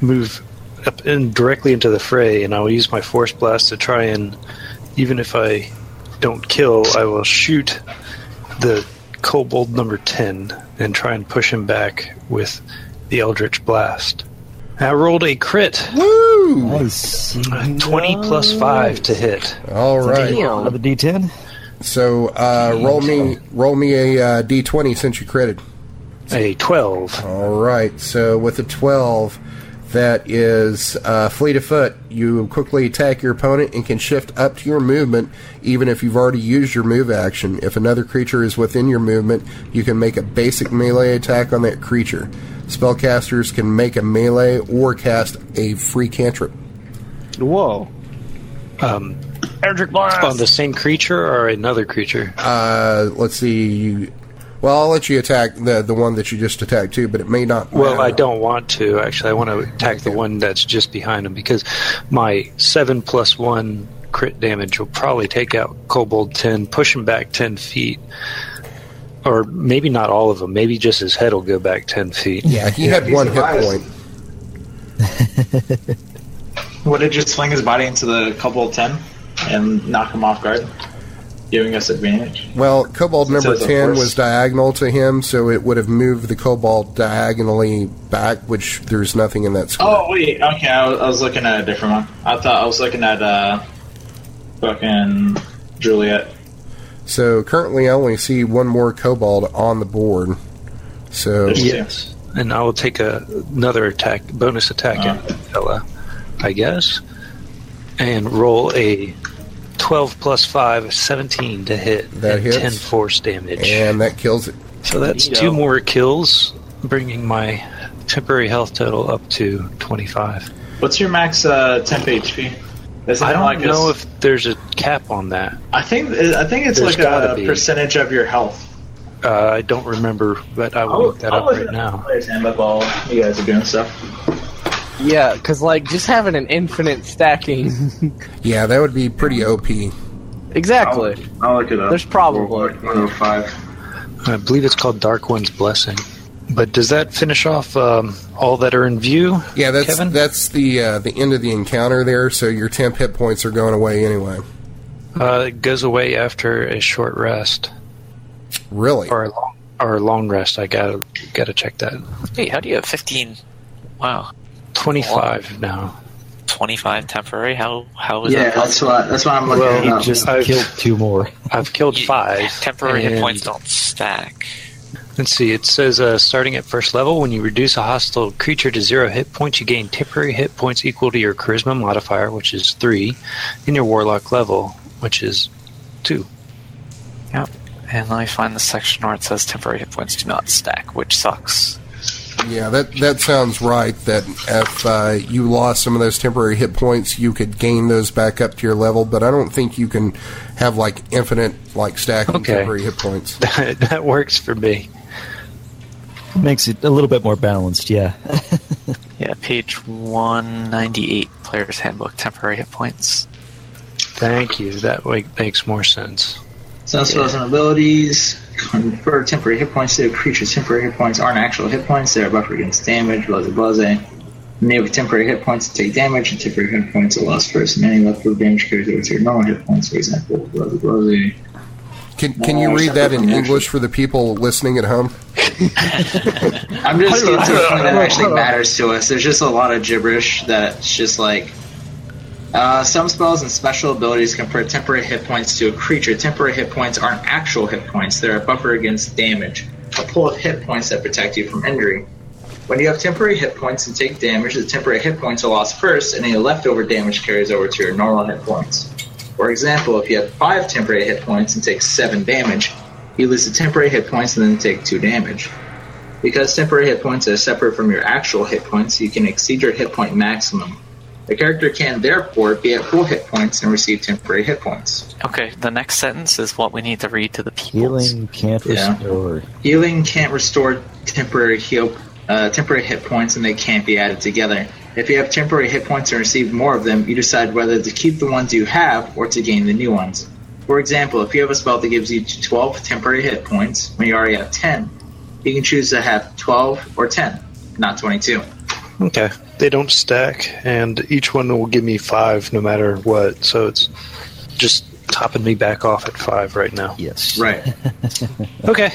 [SPEAKER 5] move up and directly into the fray, and I will use my force blast to try and, even if I don't kill, I will shoot the kobold number ten and try and push him back with the eldritch blast. I rolled a crit,
[SPEAKER 1] Woo!
[SPEAKER 3] Nice.
[SPEAKER 5] twenty plus five to hit.
[SPEAKER 1] All right,
[SPEAKER 3] Another D10?
[SPEAKER 1] so uh, roll me roll me a uh, d20 since you critted.
[SPEAKER 5] A twelve.
[SPEAKER 1] All right, so with a 12, that is uh, fleet of foot. You quickly attack your opponent and can shift up to your movement, even if you've already used your move action. If another creature is within your movement, you can make a basic melee attack on that creature. Spellcasters can make a melee or cast a free cantrip.
[SPEAKER 7] Whoa.
[SPEAKER 5] Um,
[SPEAKER 7] Eldritch Blast.
[SPEAKER 5] on the same creature or another creature?
[SPEAKER 1] Uh, let's see. You, well, I'll let you attack the the one that you just attacked too, but it may not.
[SPEAKER 5] Well, I
[SPEAKER 1] matter.
[SPEAKER 5] don't want to. Actually, I want to attack the one that's just behind him because my 7 plus 1 crit damage will probably take out Kobold 10, push him back 10 feet. Or maybe not all of them. Maybe just his head will go back 10 feet.
[SPEAKER 1] Yeah, he had
[SPEAKER 4] He
[SPEAKER 1] one hit
[SPEAKER 4] survives.
[SPEAKER 1] point.
[SPEAKER 4] Would it just sling his body into the kobold ten and knock him off guard, giving us advantage?
[SPEAKER 1] Well, kobold number
[SPEAKER 4] it's a
[SPEAKER 1] 10
[SPEAKER 4] horse.
[SPEAKER 1] was diagonal to him, so it would have moved the kobold diagonally back, which there's nothing in that square.
[SPEAKER 4] Oh wait, okay. I was, I was looking at a different one. I thought I was looking at uh, fucking Juliet.
[SPEAKER 1] So currently I only see one more kobold on the board. So
[SPEAKER 4] There's two.
[SPEAKER 5] Yes. And I will take a, another attack, bonus attack at the fella, I guess. And roll a 12 plus 5, 17 to hit.
[SPEAKER 1] That
[SPEAKER 5] and
[SPEAKER 1] hits.
[SPEAKER 5] 10 force damage.
[SPEAKER 1] and that kills it.
[SPEAKER 5] So that's
[SPEAKER 7] Neato.
[SPEAKER 5] two more kills, bringing my temporary health total up to 25.
[SPEAKER 4] What's your max uh, temp HP? Isn't
[SPEAKER 5] I
[SPEAKER 4] it
[SPEAKER 5] don't
[SPEAKER 4] like a
[SPEAKER 5] know
[SPEAKER 4] s-
[SPEAKER 5] if there's a cap on that.
[SPEAKER 4] I think I think it's
[SPEAKER 5] There's
[SPEAKER 4] like
[SPEAKER 5] gotta
[SPEAKER 4] a
[SPEAKER 5] be.
[SPEAKER 4] percentage of your health.
[SPEAKER 5] Uh, I don't remember, but I will look that up right now.
[SPEAKER 4] Players handbook while you guys are doing stuff.
[SPEAKER 7] Yeah, because, like, just having an infinite stacking.
[SPEAKER 1] Yeah, that would be pretty OP.
[SPEAKER 7] exactly.
[SPEAKER 4] I'll look it up.
[SPEAKER 7] There's probably.
[SPEAKER 4] 105.
[SPEAKER 5] I believe it's called Dark One's Blessing. But does that finish off um, all that are in view?
[SPEAKER 1] Yeah, that's
[SPEAKER 5] Kevin?
[SPEAKER 1] that's the uh, the end of the encounter there. So your temp hit points are going away anyway.
[SPEAKER 5] Uh, it goes away after a short rest
[SPEAKER 1] Really?
[SPEAKER 5] or a long, or a long rest. I gotta gotta check that.
[SPEAKER 6] Hey, how do you have 15? Wow.
[SPEAKER 5] Twenty five now.
[SPEAKER 6] 25 temporary? How, how is
[SPEAKER 4] Yeah,
[SPEAKER 6] that possible?
[SPEAKER 4] that's what, that's what I'm looking
[SPEAKER 5] Well,
[SPEAKER 4] at.
[SPEAKER 5] he
[SPEAKER 4] now.
[SPEAKER 3] He just
[SPEAKER 5] I've-
[SPEAKER 3] killed two more.
[SPEAKER 5] I've killed
[SPEAKER 6] You-
[SPEAKER 5] five.
[SPEAKER 6] Temporary hit
[SPEAKER 5] and-
[SPEAKER 6] points don't stack.
[SPEAKER 5] Let's see. It says uh, starting at first level, when you reduce a hostile creature to zero hit points, you gain temporary hit points equal to your charisma modifier, which is three, and your warlock level, which is two.
[SPEAKER 6] And let me find the section where it says temporary hit points do not stack, which sucks.
[SPEAKER 1] Yeah, that that sounds right. That if uh, you lost some of those temporary hit points, you could gain those back up to your level. But I don't think you can have like infinite like stacking
[SPEAKER 5] Okay.
[SPEAKER 1] temporary hit points.
[SPEAKER 5] that works for me.
[SPEAKER 3] Makes it a little bit more balanced, yeah.
[SPEAKER 6] Yeah, page 198, Player's Handbook, temporary hit points.
[SPEAKER 5] Thank you. That way makes more sense.
[SPEAKER 4] Sound spells and abilities convert temporary hit points to a creature's temporary hit points aren't actual hit points. They are buffer against damage, blah blah blah. Enable temporary hit points to take damage, and temporary hit points are lost first. And any leftover damage carries over to your normal hit points, for example, blah blah blah.
[SPEAKER 1] Can can you read that in English for the people listening at home?
[SPEAKER 4] I'm just getting to the point that actually matters to us. There's just a lot of gibberish that's just like. Uh, some spells and special abilities convert temporary hit points to a creature. Temporary hit points aren't actual hit points, they're a buffer against damage, a pool of hit points that protect you from injury. When you have temporary hit points and take damage, the temporary hit points are lost first, and any leftover damage carries over to your normal hit points. For example, if you have 5 temporary hit points and take 7 damage, you lose the temporary hit points and then take 2 damage. Because temporary hit points are separate from your actual hit points, you can exceed your hit point maximum. The character can therefore be at full hit points and receive temporary hit points.
[SPEAKER 6] Okay, the next sentence is what we need to read to the people.
[SPEAKER 3] Healing can't
[SPEAKER 4] Yeah.
[SPEAKER 3] restore.
[SPEAKER 4] Healing can't restore temporary heal, uh, temporary hit points, and they can't be added together. If you have temporary hit points and receive more of them, you decide whether to keep the ones you have or to gain the new ones. For example, if you have a spell that gives you 12 temporary hit points when you already have 10, you can choose to have 12 or 10, not 22.
[SPEAKER 5] Okay. They don't stack, and each one will give me five no matter what. So it's just topping me back off at five right now.
[SPEAKER 3] Yes.
[SPEAKER 4] Right.
[SPEAKER 5] Okay.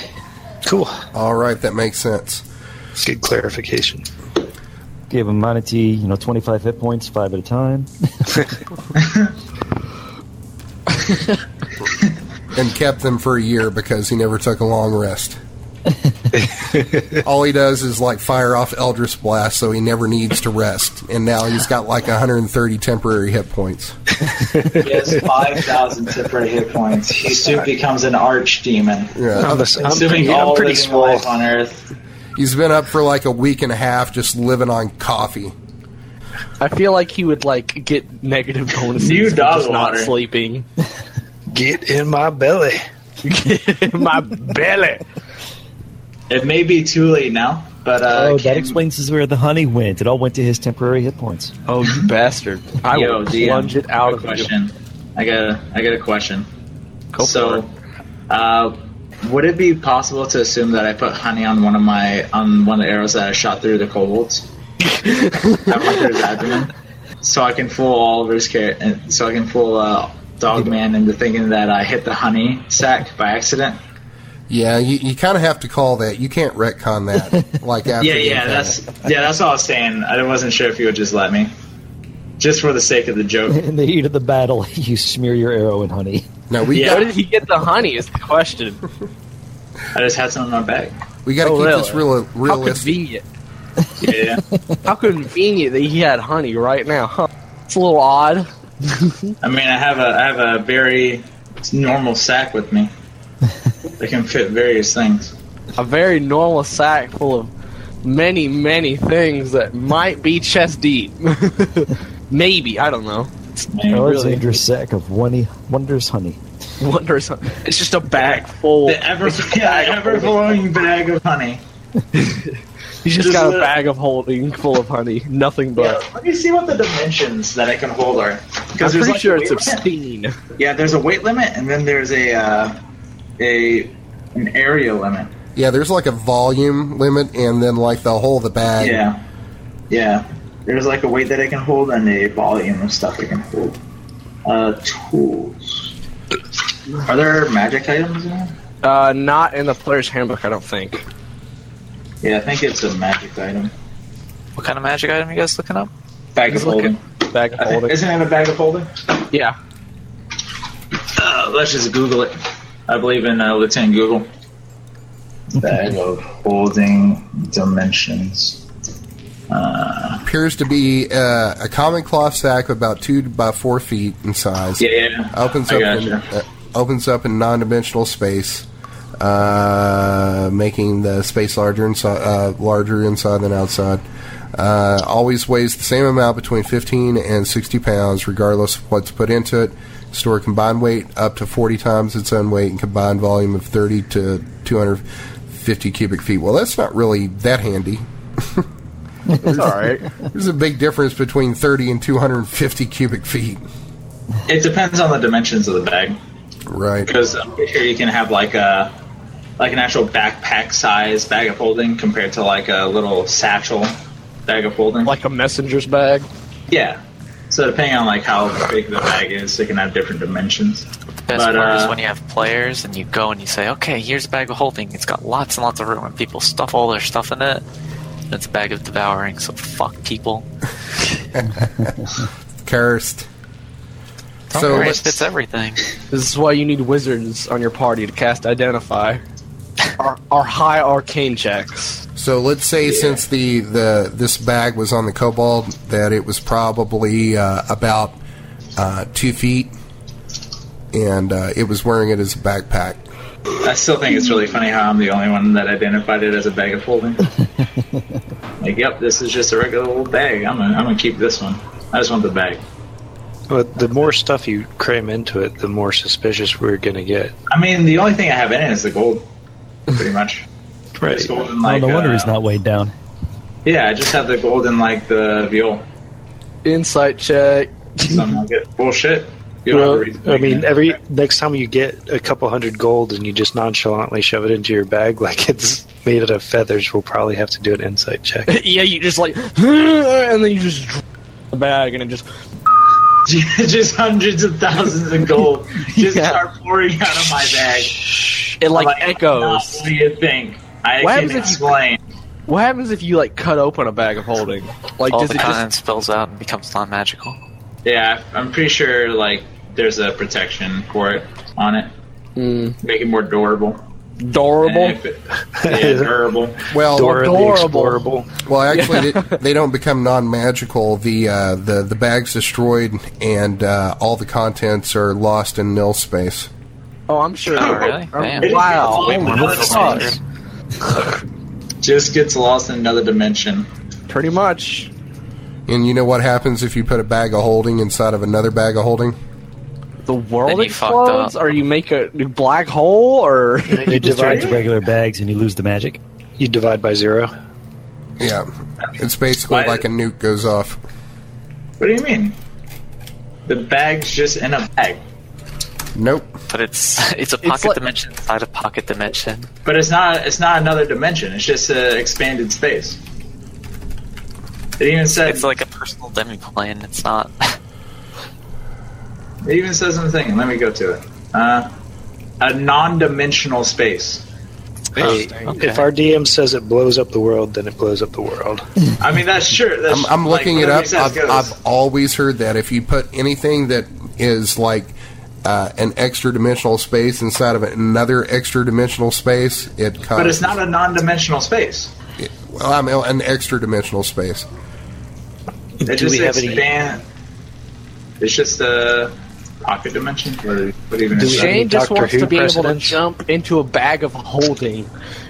[SPEAKER 5] Cool.
[SPEAKER 1] All right, that makes sense.
[SPEAKER 5] Good clarification.
[SPEAKER 3] Gave him Manatee, you know, 25 hit points, five at a time.
[SPEAKER 1] And kept them for a year because he never took a long rest. All he does is like fire off Eldritch Blast, so he never needs to rest. And now he's got like 130 temporary hit points.
[SPEAKER 4] He has 5,000 temporary hit points. He soon becomes an archdemon.
[SPEAKER 1] Yeah.
[SPEAKER 5] I'm, a, I'm
[SPEAKER 4] Consuming
[SPEAKER 5] pretty,
[SPEAKER 4] all
[SPEAKER 5] I'm pretty
[SPEAKER 4] living
[SPEAKER 5] small.
[SPEAKER 4] life on Earth.
[SPEAKER 1] He's been up for like a week and a half just living on coffee.
[SPEAKER 7] I feel like he would, like, get negative bonuses
[SPEAKER 4] New
[SPEAKER 7] for
[SPEAKER 4] dog
[SPEAKER 7] just not
[SPEAKER 4] water.
[SPEAKER 7] sleeping.
[SPEAKER 5] Get in my belly.
[SPEAKER 7] My belly.
[SPEAKER 4] It may be too late now, but uh,
[SPEAKER 3] oh,
[SPEAKER 4] Kim-
[SPEAKER 3] that explains is where the honey went. It all went to his temporary hit points.
[SPEAKER 7] Oh, you bastard. I
[SPEAKER 4] Yo,
[SPEAKER 7] will
[SPEAKER 4] DM,
[SPEAKER 7] plunge it out of you.
[SPEAKER 4] question. I got a, I got a question.
[SPEAKER 7] Go for it.
[SPEAKER 4] so, uh, would it be possible to assume that I put honey on one of my on one of the arrows that I shot through the kobolds? I went through his abdomen, so I can fool Oliver's car- and so I can fool uh, Dogman into thinking that I hit the honey sack by accident.
[SPEAKER 1] Yeah, you, you kind of have to call that. You can't retcon that. Like after
[SPEAKER 4] Yeah,
[SPEAKER 1] the
[SPEAKER 4] yeah,
[SPEAKER 1] encounter.
[SPEAKER 4] that's yeah, that's all I was saying. I wasn't sure if you would just let me, just for the sake of the joke.
[SPEAKER 3] In the heat of the battle, you smear your arrow in honey.
[SPEAKER 1] no. We
[SPEAKER 4] Yeah.
[SPEAKER 7] Where
[SPEAKER 1] got
[SPEAKER 7] did he get the honey? Is the question.
[SPEAKER 4] I just had something on my back.
[SPEAKER 1] we got to
[SPEAKER 7] Oh,
[SPEAKER 1] keep
[SPEAKER 7] really?
[SPEAKER 1] this real
[SPEAKER 7] How
[SPEAKER 1] realistic.
[SPEAKER 7] convenient!
[SPEAKER 4] Yeah,
[SPEAKER 7] How convenient that he had honey right now, huh? It's a little odd.
[SPEAKER 4] I mean, I have a I have a very normal sack with me. They can fit various things.
[SPEAKER 7] A very normal sack full of many, many things that might be chest deep. Maybe I don't know.
[SPEAKER 4] I mean,
[SPEAKER 3] Alexander's sack of one- wondrous honey.
[SPEAKER 7] wondrous. honey. It's just a bag full.
[SPEAKER 4] The ever, yeah, ever flowing bag of honey.
[SPEAKER 7] He's just
[SPEAKER 4] just
[SPEAKER 7] got a
[SPEAKER 4] a-
[SPEAKER 7] bag of holding full of honey, nothing
[SPEAKER 4] Yeah,
[SPEAKER 7] but.
[SPEAKER 4] let me see what the dimensions that it can hold are.
[SPEAKER 7] I'm
[SPEAKER 4] Because
[SPEAKER 7] pretty sure it's
[SPEAKER 4] limit.
[SPEAKER 7] obscene.
[SPEAKER 4] Yeah, there's a weight limit, and then there's a uh, a an area limit.
[SPEAKER 1] Yeah, there's like a volume limit, and then like the whole of the bag.
[SPEAKER 4] Yeah, yeah. There's like a weight that it can hold and a volume of stuff it can hold. Uh, tools. Are there magic items? In it?
[SPEAKER 7] Uh, not in the player's handbook, I don't think.
[SPEAKER 4] Yeah, I think it's a magic item.
[SPEAKER 6] What kind of magic item you guys looking up?
[SPEAKER 4] Bag
[SPEAKER 7] Let's
[SPEAKER 4] of
[SPEAKER 7] look at-
[SPEAKER 4] holding.
[SPEAKER 7] Bag of
[SPEAKER 4] I think,
[SPEAKER 7] holding.
[SPEAKER 4] isn't it a bag of holding?
[SPEAKER 7] Uh, Yeah.
[SPEAKER 4] Uh, let's just Google it. I believe in uh, Lieutenant Google. Bag of holding dimensions.
[SPEAKER 1] Appears to be uh, a common cloth sack of about two by four feet in size.
[SPEAKER 4] Yeah, yeah.
[SPEAKER 1] Opens
[SPEAKER 4] I
[SPEAKER 1] up in,
[SPEAKER 4] gotcha.
[SPEAKER 1] uh, opens up in non-dimensional space, uh, making the space larger inside, uh, larger inside than outside. Uh, always weighs the same amount between 15 and 60 pounds, regardless of what's put into it. Store combined weight up to 40 times its own weight and combined volume of 30 to 250 cubic feet. Well, that's not really that handy.
[SPEAKER 7] It's alright.
[SPEAKER 1] There's a big difference between 30 and 250 cubic feet.
[SPEAKER 4] It depends on the dimensions of the bag.
[SPEAKER 1] Right.
[SPEAKER 4] because I'm pretty sure you can have like a like an actual backpack size bag of holding compared to like a little satchel bag of holding.
[SPEAKER 7] like a messenger's bag.
[SPEAKER 4] yeah. So depending on like how big the bag is, it can have different dimensions.
[SPEAKER 6] Best
[SPEAKER 4] But,
[SPEAKER 6] part
[SPEAKER 4] uh,
[SPEAKER 6] is when you have players and you go and you say, okay, here's a bag of holding. It's got lots and lots of room, and people stuff all their stuff in it. And it's a bag of devouring, so fuck people.
[SPEAKER 1] Cursed.
[SPEAKER 6] So
[SPEAKER 1] So
[SPEAKER 6] Christ, it's everything.
[SPEAKER 7] This is why you need wizards on your party to cast identify. Our, our high arcane checks.
[SPEAKER 1] So let's say since the, the this bag was on the kobold, that it was probably uh, about uh, two feet, and uh, it was wearing it as a backpack.
[SPEAKER 4] I still think it's really funny how I'm the only one that identified it as a bag of holding. like, yep, this is just a regular old bag. I'm gonna, I'm gonna keep this one. I just want the bag.
[SPEAKER 5] But the more stuff you cram into it, the more suspicious we're going to get.
[SPEAKER 4] I mean, the only thing I have in it is the gold, pretty much.
[SPEAKER 5] Right.
[SPEAKER 4] It's gold and,
[SPEAKER 3] Oh,
[SPEAKER 4] like,
[SPEAKER 3] no wonder he's
[SPEAKER 4] uh,
[SPEAKER 3] not weighed down.
[SPEAKER 4] Yeah, I just have the gold and like the viol.
[SPEAKER 7] Insight check.
[SPEAKER 4] So I'm like, bullshit. You don't have
[SPEAKER 5] Well,
[SPEAKER 4] a reason to
[SPEAKER 5] I
[SPEAKER 4] make
[SPEAKER 5] mean,
[SPEAKER 4] it.
[SPEAKER 5] every next time you get a couple hundred gold and you just nonchalantly shove it into your bag like it's made out of feathers, we'll probably have to do an insight check.
[SPEAKER 7] yeah, you just like, and then you just dr- the bag and it just.
[SPEAKER 4] just hundreds of thousands of gold just
[SPEAKER 7] Yeah.
[SPEAKER 4] start pouring out of my bag.
[SPEAKER 7] It like,
[SPEAKER 4] Like, "Nah,
[SPEAKER 7] echoes.
[SPEAKER 4] What do you think? I
[SPEAKER 7] What happens
[SPEAKER 4] can
[SPEAKER 7] if you-
[SPEAKER 4] explain.
[SPEAKER 7] What happens if you like cut open a bag of holding? Like
[SPEAKER 6] all
[SPEAKER 7] does
[SPEAKER 6] the
[SPEAKER 7] it just
[SPEAKER 6] content spills out and becomes non-magical.
[SPEAKER 4] Yeah, I'm pretty sure like there's a protection for it on it,
[SPEAKER 1] Hmm.
[SPEAKER 4] make it more durable.
[SPEAKER 7] adorable?
[SPEAKER 4] And if it- yeah, durable.
[SPEAKER 1] Well,
[SPEAKER 5] Dora the
[SPEAKER 7] adorable.
[SPEAKER 5] Explorable.
[SPEAKER 1] well, actually, they, they don't become non-magical. The uh, the the bag's destroyed, and uh, all the contents are lost in nil space.
[SPEAKER 7] Oh, I'm sure.
[SPEAKER 4] Oh,
[SPEAKER 6] really?
[SPEAKER 7] Oh,
[SPEAKER 6] Damn.
[SPEAKER 7] Wow.
[SPEAKER 4] Way more
[SPEAKER 7] Holy
[SPEAKER 4] difficult.
[SPEAKER 7] fuck.
[SPEAKER 4] Just gets lost in another dimension.
[SPEAKER 7] Pretty much.
[SPEAKER 1] And you know what happens if you put a bag of holding inside of another bag of holding?
[SPEAKER 7] The world
[SPEAKER 6] Then you fucked up.
[SPEAKER 7] explodes, or you make a black hole, or
[SPEAKER 3] You just turn into regular bags and you lose the magic.
[SPEAKER 5] You divide by zero.
[SPEAKER 1] Yeah, it's basically
[SPEAKER 4] Why-
[SPEAKER 1] like a nuke goes off.
[SPEAKER 4] What do you mean? The bag's just in a bag.
[SPEAKER 1] Nope.
[SPEAKER 6] But it's it's a pocket
[SPEAKER 7] like-
[SPEAKER 6] dimension inside a pocket dimension.
[SPEAKER 4] But it's not it's not another dimension. It's just an expanded space. It even said
[SPEAKER 6] It's like a personal demiplane. It's not.
[SPEAKER 4] it even says in the thing. Let me go to it. Uh, a non-dimensional space.
[SPEAKER 5] Hey,
[SPEAKER 6] okay.
[SPEAKER 5] If our DM says it blows up the world, then it blows up the world.
[SPEAKER 4] I mean, that's sure. That's
[SPEAKER 1] I'm, I'm
[SPEAKER 4] like,
[SPEAKER 1] looking it
[SPEAKER 4] whatever
[SPEAKER 1] up.
[SPEAKER 4] he says
[SPEAKER 1] I've,
[SPEAKER 4] goes.
[SPEAKER 1] I've always heard that if you put anything that is like uh, an extra dimensional space inside of another extra dimensional space, it causes.
[SPEAKER 4] but it's not a non-dimensional space.
[SPEAKER 1] well, I mean, an extra dimensional space.
[SPEAKER 4] It
[SPEAKER 5] Do
[SPEAKER 4] just
[SPEAKER 5] we have any-
[SPEAKER 4] expand. It's just a pocket dimension. Or what even
[SPEAKER 5] Do
[SPEAKER 4] is
[SPEAKER 5] we-
[SPEAKER 4] that?
[SPEAKER 7] Shane just
[SPEAKER 5] Doctor
[SPEAKER 7] wants
[SPEAKER 5] Who
[SPEAKER 7] to be able to
[SPEAKER 5] precedents?
[SPEAKER 7] jump into a bag of holding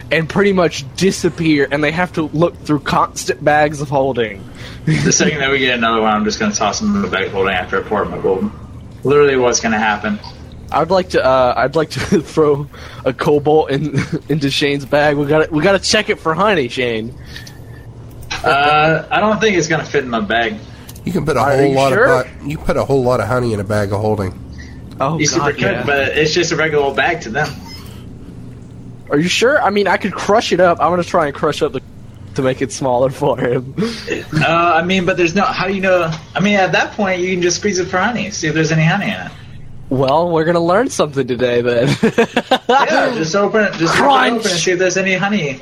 [SPEAKER 7] and pretty much disappear, and they have to look through constant bags of holding.
[SPEAKER 4] The second that we get another one, I'm just going to toss him in the bag of holding after I pour my gold. Literally, what's going to happen?
[SPEAKER 7] I'd like to. Uh, I'd like to throw a cobalt in into Shane's bag. We got. to We got to check it for honey, Shane.
[SPEAKER 4] Uh, I don't think it's gonna fit in my bag.
[SPEAKER 1] You can put a
[SPEAKER 7] Are
[SPEAKER 1] whole
[SPEAKER 7] you
[SPEAKER 1] lot
[SPEAKER 7] sure?
[SPEAKER 1] of bu- you put a whole lot of honey in a bag of holding.
[SPEAKER 7] Oh
[SPEAKER 4] You super
[SPEAKER 7] God,
[SPEAKER 4] could,
[SPEAKER 7] yeah.
[SPEAKER 4] but it's just a regular old bag to them.
[SPEAKER 7] Are you sure? I mean, I could crush it up. I'm gonna try and crush up the to make it smaller for him.
[SPEAKER 4] Uh, I mean, but there's no. How do you know? I mean, at that point, you can just squeeze it for honey. See if there's any honey in it.
[SPEAKER 7] Well, we're gonna learn something today then.
[SPEAKER 5] Oh,
[SPEAKER 4] Yeah, just open it. Just rip it
[SPEAKER 7] Crunch!
[SPEAKER 4] open and see if there's any honey.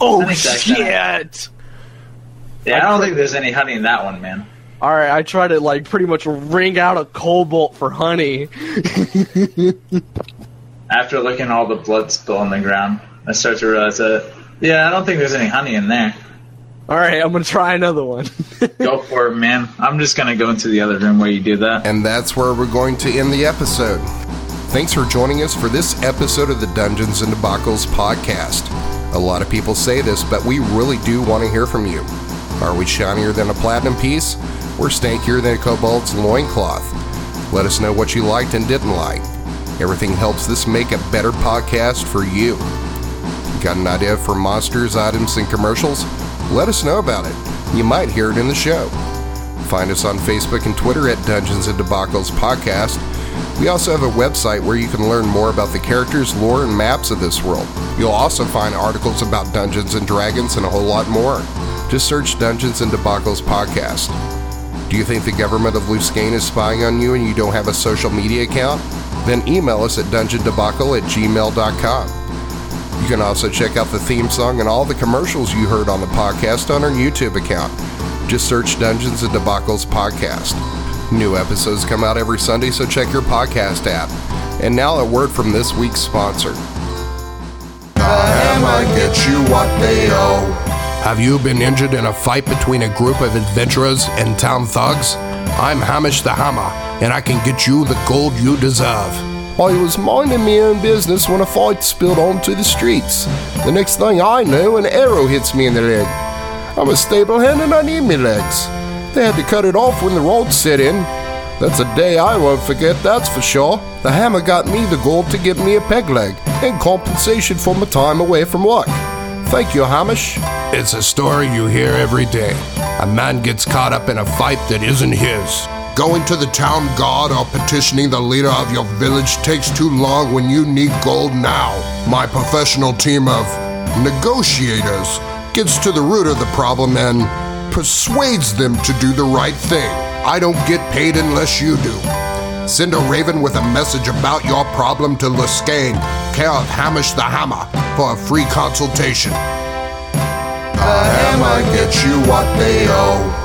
[SPEAKER 7] oh
[SPEAKER 4] Honey sack that.
[SPEAKER 7] shit!
[SPEAKER 4] Yeah, I don't think there's any honey in that one, man.
[SPEAKER 7] All right, I try to like pretty much wring out a cobalt for honey.
[SPEAKER 4] After looking at all the blood spill on the ground, I start to realize that. Yeah, I don't think there's any honey in there.
[SPEAKER 7] All right, I'm gonna try another one.
[SPEAKER 4] Go for it, man. I'm just gonna go into the other room where you do that.
[SPEAKER 1] And that's where we're going to end the episode. Thanks for joining us for this episode of the Dungeons and Debacles podcast. A lot of people say this, but we really do want to hear from you. Are we shinier than a platinum piece? We're stankier than a cobalt's loincloth. Let us know what you liked and didn't like. Everything helps this make a better podcast for you. Got an idea for monsters, items, and commercials? Let us know about it. You might hear it in the show. Find us on Facebook and Twitter at Dungeons and Debacles Podcast. We also have a website where you can learn more about the characters, lore, and maps of this world. You'll also find articles about Dungeons and Dragons and a whole lot more. Just search Dungeons and Debacles Podcast. Do you think the government of Luskane is spying on you and you don't have a social media account? Then email us at dungeondebacle at gmail.com. You can also check out the theme song and all the commercials you heard on the podcast on our YouTube account. Just search Dungeons and Debacles Podcast. New episodes come out every Sunday, so check your podcast app. And now a word from this week's sponsor. Have you been injured in a fight between a group of adventurers and town thugs? I'm Hamish the Hammer, and I can get you the gold you deserve. I was minding my own business when a fight spilled onto the streets. The next thing I know, an arrow hits me in the leg. I'm a stable hand and I need me legs. They had to cut it off when the road set in. That's a day I won't forget, that's for sure. The hammer got me the gold to give me a peg leg in compensation for my time away from work. Thank you, Hamish. It's a story you hear every day. A man gets caught up in a fight that isn't his. Going to the town guard or petitioning the leader of your village takes too long when you need gold now. My professional team of negotiators gets to the root of the problem and persuades them to do the right thing. I don't get paid unless you do. Send a raven with a message about your problem to Luskane, care of Hamish the Hammer, for a free consultation. The hammer gets you what they owe.